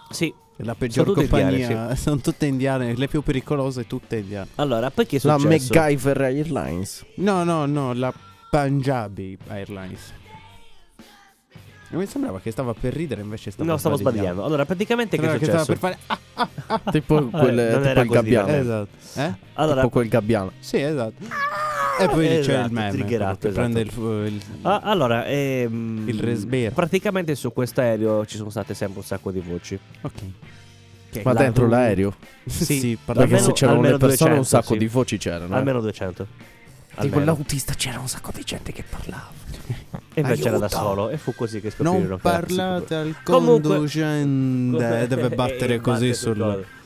Speaker 3: Sì,
Speaker 2: La peggior
Speaker 3: tutte
Speaker 2: compagnia,
Speaker 3: indiane,
Speaker 2: sono tutte indiane, le più pericolose tutte indiane.
Speaker 3: allora, poi che è
Speaker 4: La
Speaker 3: successo?
Speaker 4: MacGyver Airlines.
Speaker 2: No, no, no, la Punjabi Airlines. E mi sembrava che stava per ridere, invece stava
Speaker 3: No, stavo sbagliando. Allora, praticamente che è
Speaker 2: Sembrava che stava
Speaker 3: successo?
Speaker 2: per fare ah,
Speaker 4: tipo quel,
Speaker 3: Eh, non
Speaker 4: tipo
Speaker 3: era
Speaker 4: il
Speaker 3: così
Speaker 4: gabbiano.
Speaker 3: divertente.
Speaker 2: esatto. Eh?
Speaker 3: Allora,
Speaker 4: Tipo quel gabbiano.
Speaker 2: Sì, esatto. E poi c'è
Speaker 3: esatto,
Speaker 2: il meme
Speaker 3: triggerato,
Speaker 2: che
Speaker 3: esatto.
Speaker 2: prende il, fu- il-
Speaker 3: ah, allora, ehm,
Speaker 2: Il Resbeer.
Speaker 3: Praticamente su questo aereo ci sono state sempre un sacco di voci.
Speaker 2: Ok.
Speaker 4: Ma dentro l'aereo.
Speaker 3: Sì,
Speaker 2: parla-
Speaker 4: Perché
Speaker 3: almeno-
Speaker 4: se c'erano le
Speaker 3: almeno
Speaker 4: persone, un
Speaker 3: 200,
Speaker 4: sacco
Speaker 3: sì.
Speaker 4: di voci c'erano. eh.
Speaker 3: Almeno 200.
Speaker 4: Tipo
Speaker 3: Almeno.
Speaker 4: l'autista c'era un sacco di gente che parlava.
Speaker 3: E invece era da
Speaker 4: Aiuto.
Speaker 3: solo. E fu così che scoprirono.
Speaker 2: Non
Speaker 3: che era psicopatia.
Speaker 2: parlate al
Speaker 3: Comunque- Eh,
Speaker 2: conducente. Deve
Speaker 3: E
Speaker 2: battere così
Speaker 3: batte
Speaker 2: sul.
Speaker 3: coso.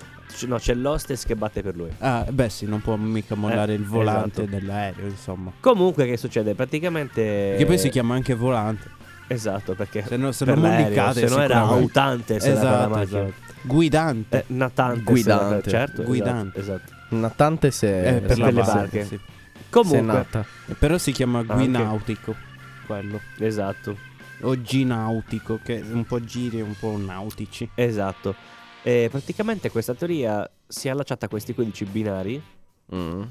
Speaker 3: No, c'è l'hostess che batte per lui.
Speaker 2: Ah, beh, sì, non può mica mollare
Speaker 3: Eh,
Speaker 2: il volante
Speaker 3: esatto. Eh,
Speaker 2: dell'aereo, insomma.
Speaker 3: Comunque, che succede? Praticamente.
Speaker 2: Che poi si chiama anche volante.
Speaker 3: Esatto, perché.
Speaker 2: Se no, se
Speaker 3: per
Speaker 2: non
Speaker 3: l'aereo,
Speaker 2: mollicate,
Speaker 3: se no era
Speaker 2: sicuramente.
Speaker 3: autante. Se era la
Speaker 2: Esatto,
Speaker 3: macchina.
Speaker 2: esatto. Guidante.
Speaker 3: Eh, natante. se
Speaker 4: Guidante.
Speaker 3: era- certo.
Speaker 2: Guidante.
Speaker 3: Esatto. esatto.
Speaker 4: Natante se
Speaker 2: Eh,
Speaker 3: per
Speaker 2: la
Speaker 3: le
Speaker 2: base,
Speaker 3: barche. Ah,
Speaker 2: sì.
Speaker 4: se è
Speaker 3: Comunque,
Speaker 4: nata.
Speaker 2: Eh, Però si chiama
Speaker 3: Anche.
Speaker 2: guinautico. Quello.
Speaker 3: esatto,
Speaker 2: O ginautico, che un po' giri, un po' nautici.
Speaker 3: esatto. E praticamente questa teoria si è allacciata a questi codici binari.
Speaker 4: Mm.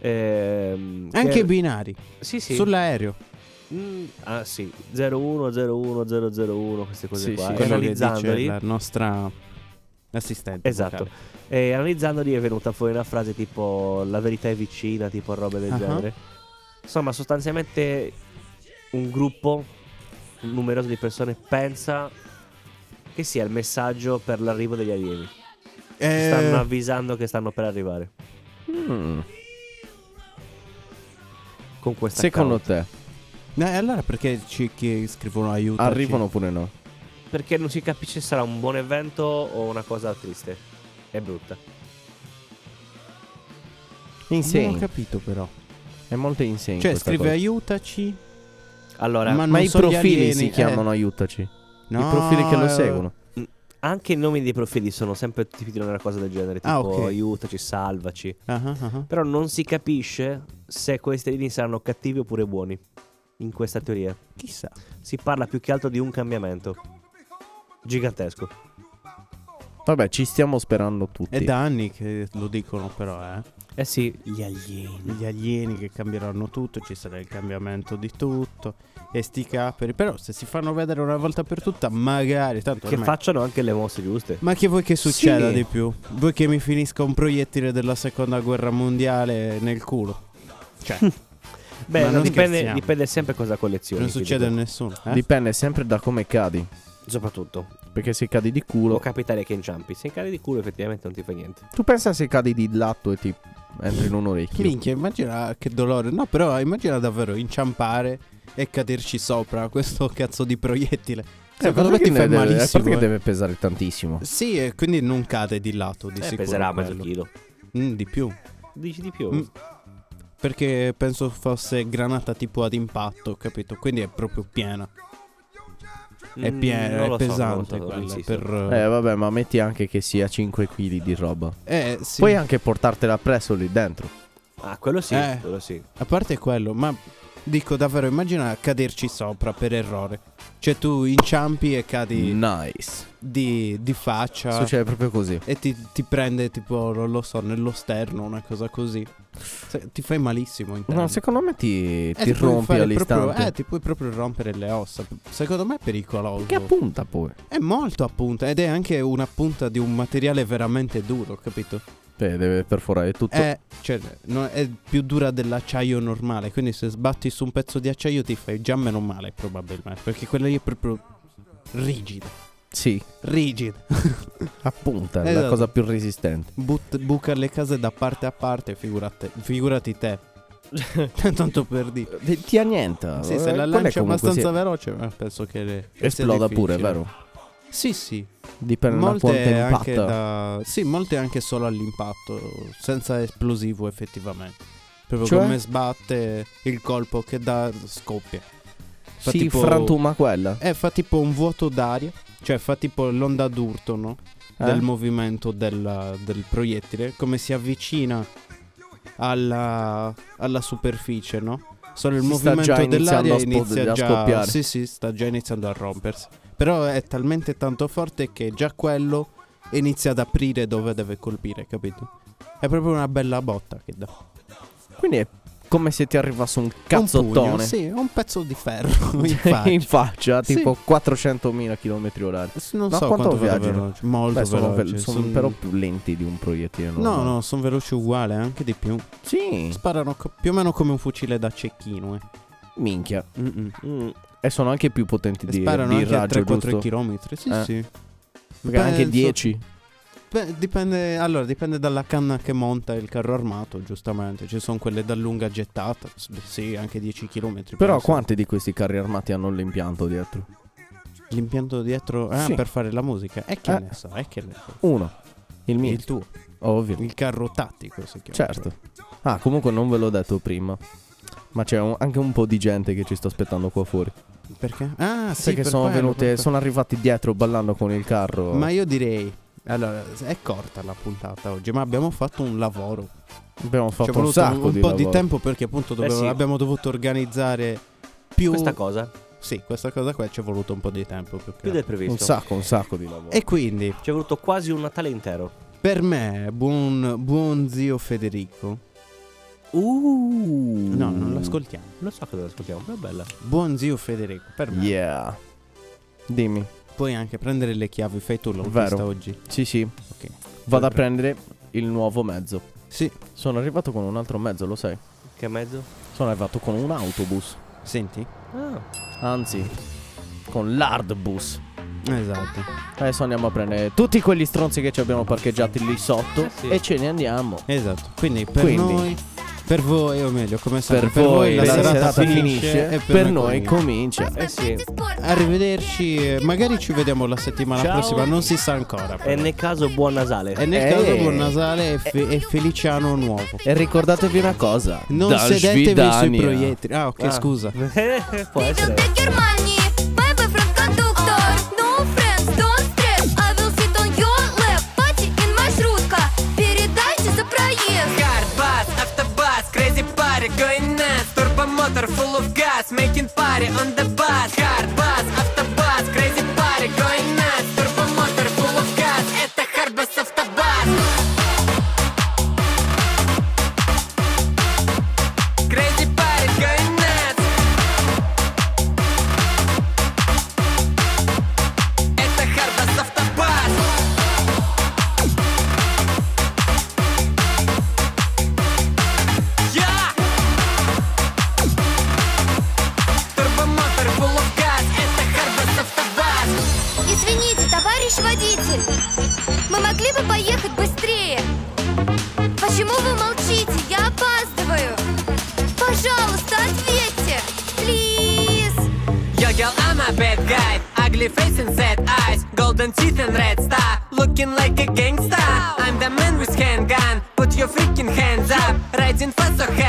Speaker 3: ehm, che-
Speaker 2: Anche i binari.
Speaker 3: sì, sì.
Speaker 2: Sull'aereo.
Speaker 3: Mm, ah, sì. 0101001, queste cose
Speaker 4: Sì,
Speaker 3: qua. eh.
Speaker 4: sì,
Speaker 3: E
Speaker 2: Quello che dice
Speaker 3: analizzandoli,
Speaker 2: la nostra assistente.
Speaker 3: esatto.
Speaker 2: vocale.
Speaker 3: E analizzandoli è venuta fuori una frase tipo la verità è vicina, tipo robe del
Speaker 2: Ah.
Speaker 3: genere. Insomma, sostanzialmente un gruppo numeroso di persone pensa che sia il messaggio per l'arrivo degli alieni. Ci
Speaker 2: Eh,
Speaker 3: stanno avvisando che stanno per arrivare.
Speaker 4: Mm.
Speaker 3: Con questa
Speaker 4: Secondo
Speaker 3: account.
Speaker 4: te
Speaker 2: eh, allora perché ci che scrivono aiuto?
Speaker 4: arrivano oppure no?
Speaker 3: Perché non si capisce se sarà un buon evento o una cosa triste. È brutta.
Speaker 2: Non ho
Speaker 4: Insane.
Speaker 2: capito però.
Speaker 4: È molto insane.
Speaker 2: Cioè,
Speaker 4: questa
Speaker 2: scrive
Speaker 4: cosa.
Speaker 2: aiutaci.
Speaker 3: Allora,
Speaker 2: Ma-
Speaker 4: Ma
Speaker 2: non
Speaker 4: i
Speaker 2: so gli
Speaker 4: profili
Speaker 2: alieni,
Speaker 4: si
Speaker 2: eh.
Speaker 4: chiamano aiutaci.
Speaker 2: No,
Speaker 4: I profili che lo
Speaker 2: eh,
Speaker 4: seguono.
Speaker 3: anche i nomi dei profili sono sempre tipi di una cosa del genere. Tipo
Speaker 2: Ah, ok.
Speaker 3: aiutaci, salvaci.
Speaker 2: Ah, ah, ah.
Speaker 3: Però non si capisce se questi alieni saranno cattivi oppure buoni. In questa teoria.
Speaker 2: Chissà.
Speaker 3: Si parla più che altro di un cambiamento. Gigantesco.
Speaker 4: Vabbè, ci stiamo sperando tutti.
Speaker 2: È da anni che lo dicono però, eh.
Speaker 3: Eh sì, gli alieni.
Speaker 2: Gli alieni che cambieranno tutto, ci sarà il cambiamento di tutto. E sti caperi. Però se si fanno vedere una volta per tutta, magari. Tanto
Speaker 3: Che
Speaker 2: ormai-
Speaker 3: facciano anche le mosse giuste.
Speaker 2: Ma che vuoi che succeda
Speaker 4: Sì.
Speaker 2: di più? Vuoi che mi finisca un proiettile della seconda guerra mondiale nel culo? Cioè,
Speaker 3: Beh,
Speaker 2: Ma non
Speaker 3: dipende,
Speaker 2: scherziamo.
Speaker 3: dipende sempre cosa collezioni.
Speaker 2: non
Speaker 3: ti
Speaker 2: succede a
Speaker 3: dico.
Speaker 2: nessuno. eh?
Speaker 4: Dipende sempre da come cadi.
Speaker 3: Soprattutto.
Speaker 4: Perché se cadi di
Speaker 3: Può
Speaker 4: culo.
Speaker 3: capitare che inciampi. Se cadi di culo, effettivamente non ti fa niente.
Speaker 4: Tu pensa se cadi di lato e ti entri in un orecchio.
Speaker 2: Minchia, immagina che dolore. No, però immagina davvero inciampare e caderci sopra questo cazzo di proiettile. Secondo me ti fai
Speaker 4: Eh, deve, A
Speaker 2: malissimo.
Speaker 4: parte che
Speaker 2: eh.
Speaker 4: deve pesare tantissimo.
Speaker 2: Sì, e quindi non cade di lato, di
Speaker 3: Eh,
Speaker 2: sicuro.
Speaker 3: peserà mezzo
Speaker 2: quello.
Speaker 3: chilo.
Speaker 2: Mm, di più.
Speaker 3: Dici di più?
Speaker 2: Mm. Perché penso fosse granata tipo ad impatto, capito? Quindi è proprio piena. È
Speaker 3: Mm,
Speaker 2: piena,
Speaker 3: non
Speaker 2: è
Speaker 3: lo so, non lo so,
Speaker 2: pesante
Speaker 3: non
Speaker 2: quella.
Speaker 3: insisto.
Speaker 2: Per...
Speaker 4: Eh vabbè, ma metti anche che sia 5 kg di roba.
Speaker 2: Eh, sì.
Speaker 4: Puoi anche portartela presso lì dentro.
Speaker 3: Ah, quello sì,
Speaker 2: Eh.
Speaker 3: quello sì.
Speaker 2: A parte quello, ma dico davvero, immagina caderci sopra per errore. Cioè tu inciampi e cadi
Speaker 4: Nice.
Speaker 2: di, di faccia
Speaker 4: Mm. Succede proprio così.
Speaker 2: e ti, ti prende tipo, non lo so, nello sterno, una cosa così. Se- ti fai malissimo in Eh,
Speaker 4: No, secondo me ti, Ehm. Eh, ti
Speaker 2: ti puoi
Speaker 4: rompi
Speaker 2: fare proprio-
Speaker 4: all'istante.
Speaker 2: eh, ti puoi proprio rompere le ossa. Secondo me è pericoloso.
Speaker 4: Che appunta poi.
Speaker 2: È molto a punta ed è anche una punta di un materiale veramente duro, capito?
Speaker 4: Cioè, deve perforare tutto.
Speaker 2: È, cioè, no- è più dura dell'acciaio normale, quindi se sbatti su un pezzo di acciaio ti fai già meno male probabilmente, perché quella lì è proprio rigida,
Speaker 4: Sì,
Speaker 2: rigida.
Speaker 4: appunta, è la
Speaker 2: Esatto.
Speaker 4: cosa più resistente.
Speaker 2: But- buca le case da parte a parte, figurate- figurati te. Tanto per dire.
Speaker 4: Eh, Ti annienta.
Speaker 2: Sì,
Speaker 4: eh,
Speaker 2: se la
Speaker 4: quella è
Speaker 2: lanci
Speaker 4: comunque
Speaker 2: abbastanza
Speaker 4: sì.
Speaker 2: veloce, eh, penso che le- che sia
Speaker 4: Esploda pure,
Speaker 2: difficile.
Speaker 4: vero?
Speaker 2: Sì, sì.
Speaker 4: Dipende da quanto
Speaker 2: Molte
Speaker 4: impatta.
Speaker 2: anche da... Sì, molte anche solo all'impatto, senza esplosivo effettivamente. Proprio
Speaker 4: Cioè?
Speaker 2: come sbatte il colpo che dà scoppia. Fa
Speaker 4: Si
Speaker 2: tipo-
Speaker 4: frantuma quella.
Speaker 2: Eh, fa tipo un vuoto d'aria, cioè fa tipo l'onda d'urto, no?
Speaker 4: Eh?
Speaker 2: Del movimento della- del proiettile, come si avvicina alla, alla superficie, no? Solo il
Speaker 4: Si sta
Speaker 2: movimento
Speaker 4: già
Speaker 2: dell'aria
Speaker 4: iniziando a spod-
Speaker 2: inizia
Speaker 4: a
Speaker 2: già
Speaker 4: scoppiare.
Speaker 2: Sì, sì, sta già iniziando a rompersi. Però è talmente tanto forte che già quello inizia ad aprire dove deve colpire, capito? È proprio una bella botta che dà.
Speaker 4: Quindi è come se ti arrivasse un
Speaker 2: Un pugno,
Speaker 4: cazzottone. Cioè,
Speaker 2: sì, un pezzo di ferro in faccia.
Speaker 4: in faccia,
Speaker 2: Sì.
Speaker 4: tipo 400.000 km orari.
Speaker 2: Non
Speaker 4: Ma
Speaker 2: so
Speaker 4: quanto
Speaker 2: quanto vada
Speaker 4: viaggiano?
Speaker 2: veloce. Molto
Speaker 4: Beh, sono,
Speaker 2: veloce.
Speaker 4: ve- sono
Speaker 2: son-
Speaker 4: però più lenti di un proiettile
Speaker 2: No,
Speaker 4: normale.
Speaker 2: no, sono veloci uguale, anche di più.
Speaker 4: Mm. Sì,
Speaker 2: Sparano co- più o meno come un fucile da cecchino. eh.
Speaker 4: minchia.
Speaker 2: Mm-mm.
Speaker 3: Mm,
Speaker 4: E sono anche più potenti di,
Speaker 2: Sparano
Speaker 4: di
Speaker 2: anche a
Speaker 4: raggio,
Speaker 2: 3-4
Speaker 4: giusto?
Speaker 2: km. Sì,
Speaker 4: Eh.
Speaker 2: sì.
Speaker 4: Perché anche
Speaker 2: Penso-
Speaker 4: 10.
Speaker 2: Beh, dipende, allora, dipende dalla canna che monta il carro armato, giustamente. Ci sono quelle da lunga gettata. s- Sì, anche 10 km.
Speaker 4: Però quanti di questi carri armati hanno l'impianto dietro?
Speaker 2: L'impianto dietro ah,
Speaker 4: Sì.
Speaker 2: per fare la musica. E che
Speaker 4: Eh.
Speaker 2: ne so, e che ne so.
Speaker 4: Uno. Il mio.
Speaker 2: Il tuo,
Speaker 4: Ovvio.
Speaker 2: il carro tattico si chiama.
Speaker 4: Certo. Ah, comunque non ve l'ho detto prima. Ma c'è un- anche un po' di gente che ci sta aspettando qua fuori.
Speaker 2: Perché? Ah, sì,
Speaker 4: Sai che
Speaker 2: per
Speaker 4: sono
Speaker 2: quello,
Speaker 4: venute,
Speaker 2: per-
Speaker 4: sono arrivati dietro ballando con il carro.
Speaker 2: Ma io direi. Allora, è corta la puntata oggi, ma abbiamo fatto un lavoro.
Speaker 4: Abbiamo
Speaker 2: Ci è
Speaker 4: fatto un
Speaker 2: voluto un,
Speaker 4: sacco
Speaker 2: un
Speaker 4: di
Speaker 2: po'
Speaker 4: lavoro. Eh
Speaker 2: di tempo perché appunto dovevo-
Speaker 3: sì.
Speaker 2: abbiamo dovuto organizzare più...
Speaker 3: Questa cosa,
Speaker 2: Sì, questa cosa qua ci è voluto un po' di tempo. più che
Speaker 3: più del
Speaker 2: altro.
Speaker 3: previsto.
Speaker 4: Un sacco, un sacco di lavoro.
Speaker 2: E quindi,
Speaker 3: Ci è voluto quasi un Natale intero.
Speaker 2: per me, buon, buon zio Federico...
Speaker 3: Uh,
Speaker 2: No,
Speaker 4: Mm.
Speaker 2: non l'ascoltiamo.
Speaker 3: Non so cosa ascoltiamo, però è bella.
Speaker 2: Buon zio Federico, per me.
Speaker 4: Yeah. Dimmi.
Speaker 2: Puoi anche prendere le chiavi, fai tu l'autista
Speaker 4: Vero.
Speaker 2: oggi.
Speaker 4: Sì, sì.
Speaker 2: Ok.
Speaker 4: Vado a
Speaker 2: Allora.
Speaker 4: prendere il nuovo mezzo.
Speaker 2: Sì,
Speaker 4: Sono arrivato con un altro mezzo, lo sai.
Speaker 3: Che mezzo?
Speaker 4: Sono arrivato con un autobus.
Speaker 2: senti?
Speaker 3: Ah,
Speaker 4: Anzi, con l'hardbus.
Speaker 2: Esatto.
Speaker 4: Adesso andiamo a prendere tutti quegli stronzi che ci abbiamo parcheggiati lì sotto.
Speaker 3: Eh sì.
Speaker 4: E ce ne andiamo.
Speaker 2: Esatto, quindi per
Speaker 4: Quindi.
Speaker 2: noi, per voi, o meglio, come sempre,
Speaker 4: Per, voi la, serata, finisce,
Speaker 2: e
Speaker 4: per, noi comincia.
Speaker 3: eh sì.
Speaker 2: Arrivederci, eh, magari ci vediamo la settimana
Speaker 3: Ciao.
Speaker 2: prossima, non si sa ancora.
Speaker 3: E nel caso buon Nasale.
Speaker 2: E nel
Speaker 4: Eh.
Speaker 2: caso buon Nasale e, fe- e felice anno nuovo.
Speaker 4: E ricordatevi una cosa:
Speaker 2: Non
Speaker 4: dal
Speaker 2: sedetevi sui
Speaker 4: Svidania.
Speaker 2: proiettili. Ah, ok,
Speaker 3: Ah.
Speaker 2: scusa.
Speaker 3: Può essere.
Speaker 8: До Германии, бэби франкондуктор No friends, don't stress I will sit on your lap Party in маршрутка Передайте за проезд
Speaker 7: Car, bus, автобус, crazy party, going nuts Turbo motor, full of gas, making party on the bus Car, bus, автобус, crazy party, going nuts Turbo motor, full of gas, это Харбас автобус Crazy party, going nuts Это Харбас автобус Я! Турбомотор, полугаз, это Харбас Автобас
Speaker 8: Извините, товарищ водитель Мы могли бы поехать быстрее Почему вы молчите? Я опаздываю Пожалуйста, ответьте Please
Speaker 7: Yo, girl, I'm a bad guy Ugly face and sad eyes Golden teeth and red star Looking like a gangster I'm the man with handgun Put your freaking hands up Riding fast, so hands
Speaker 8: а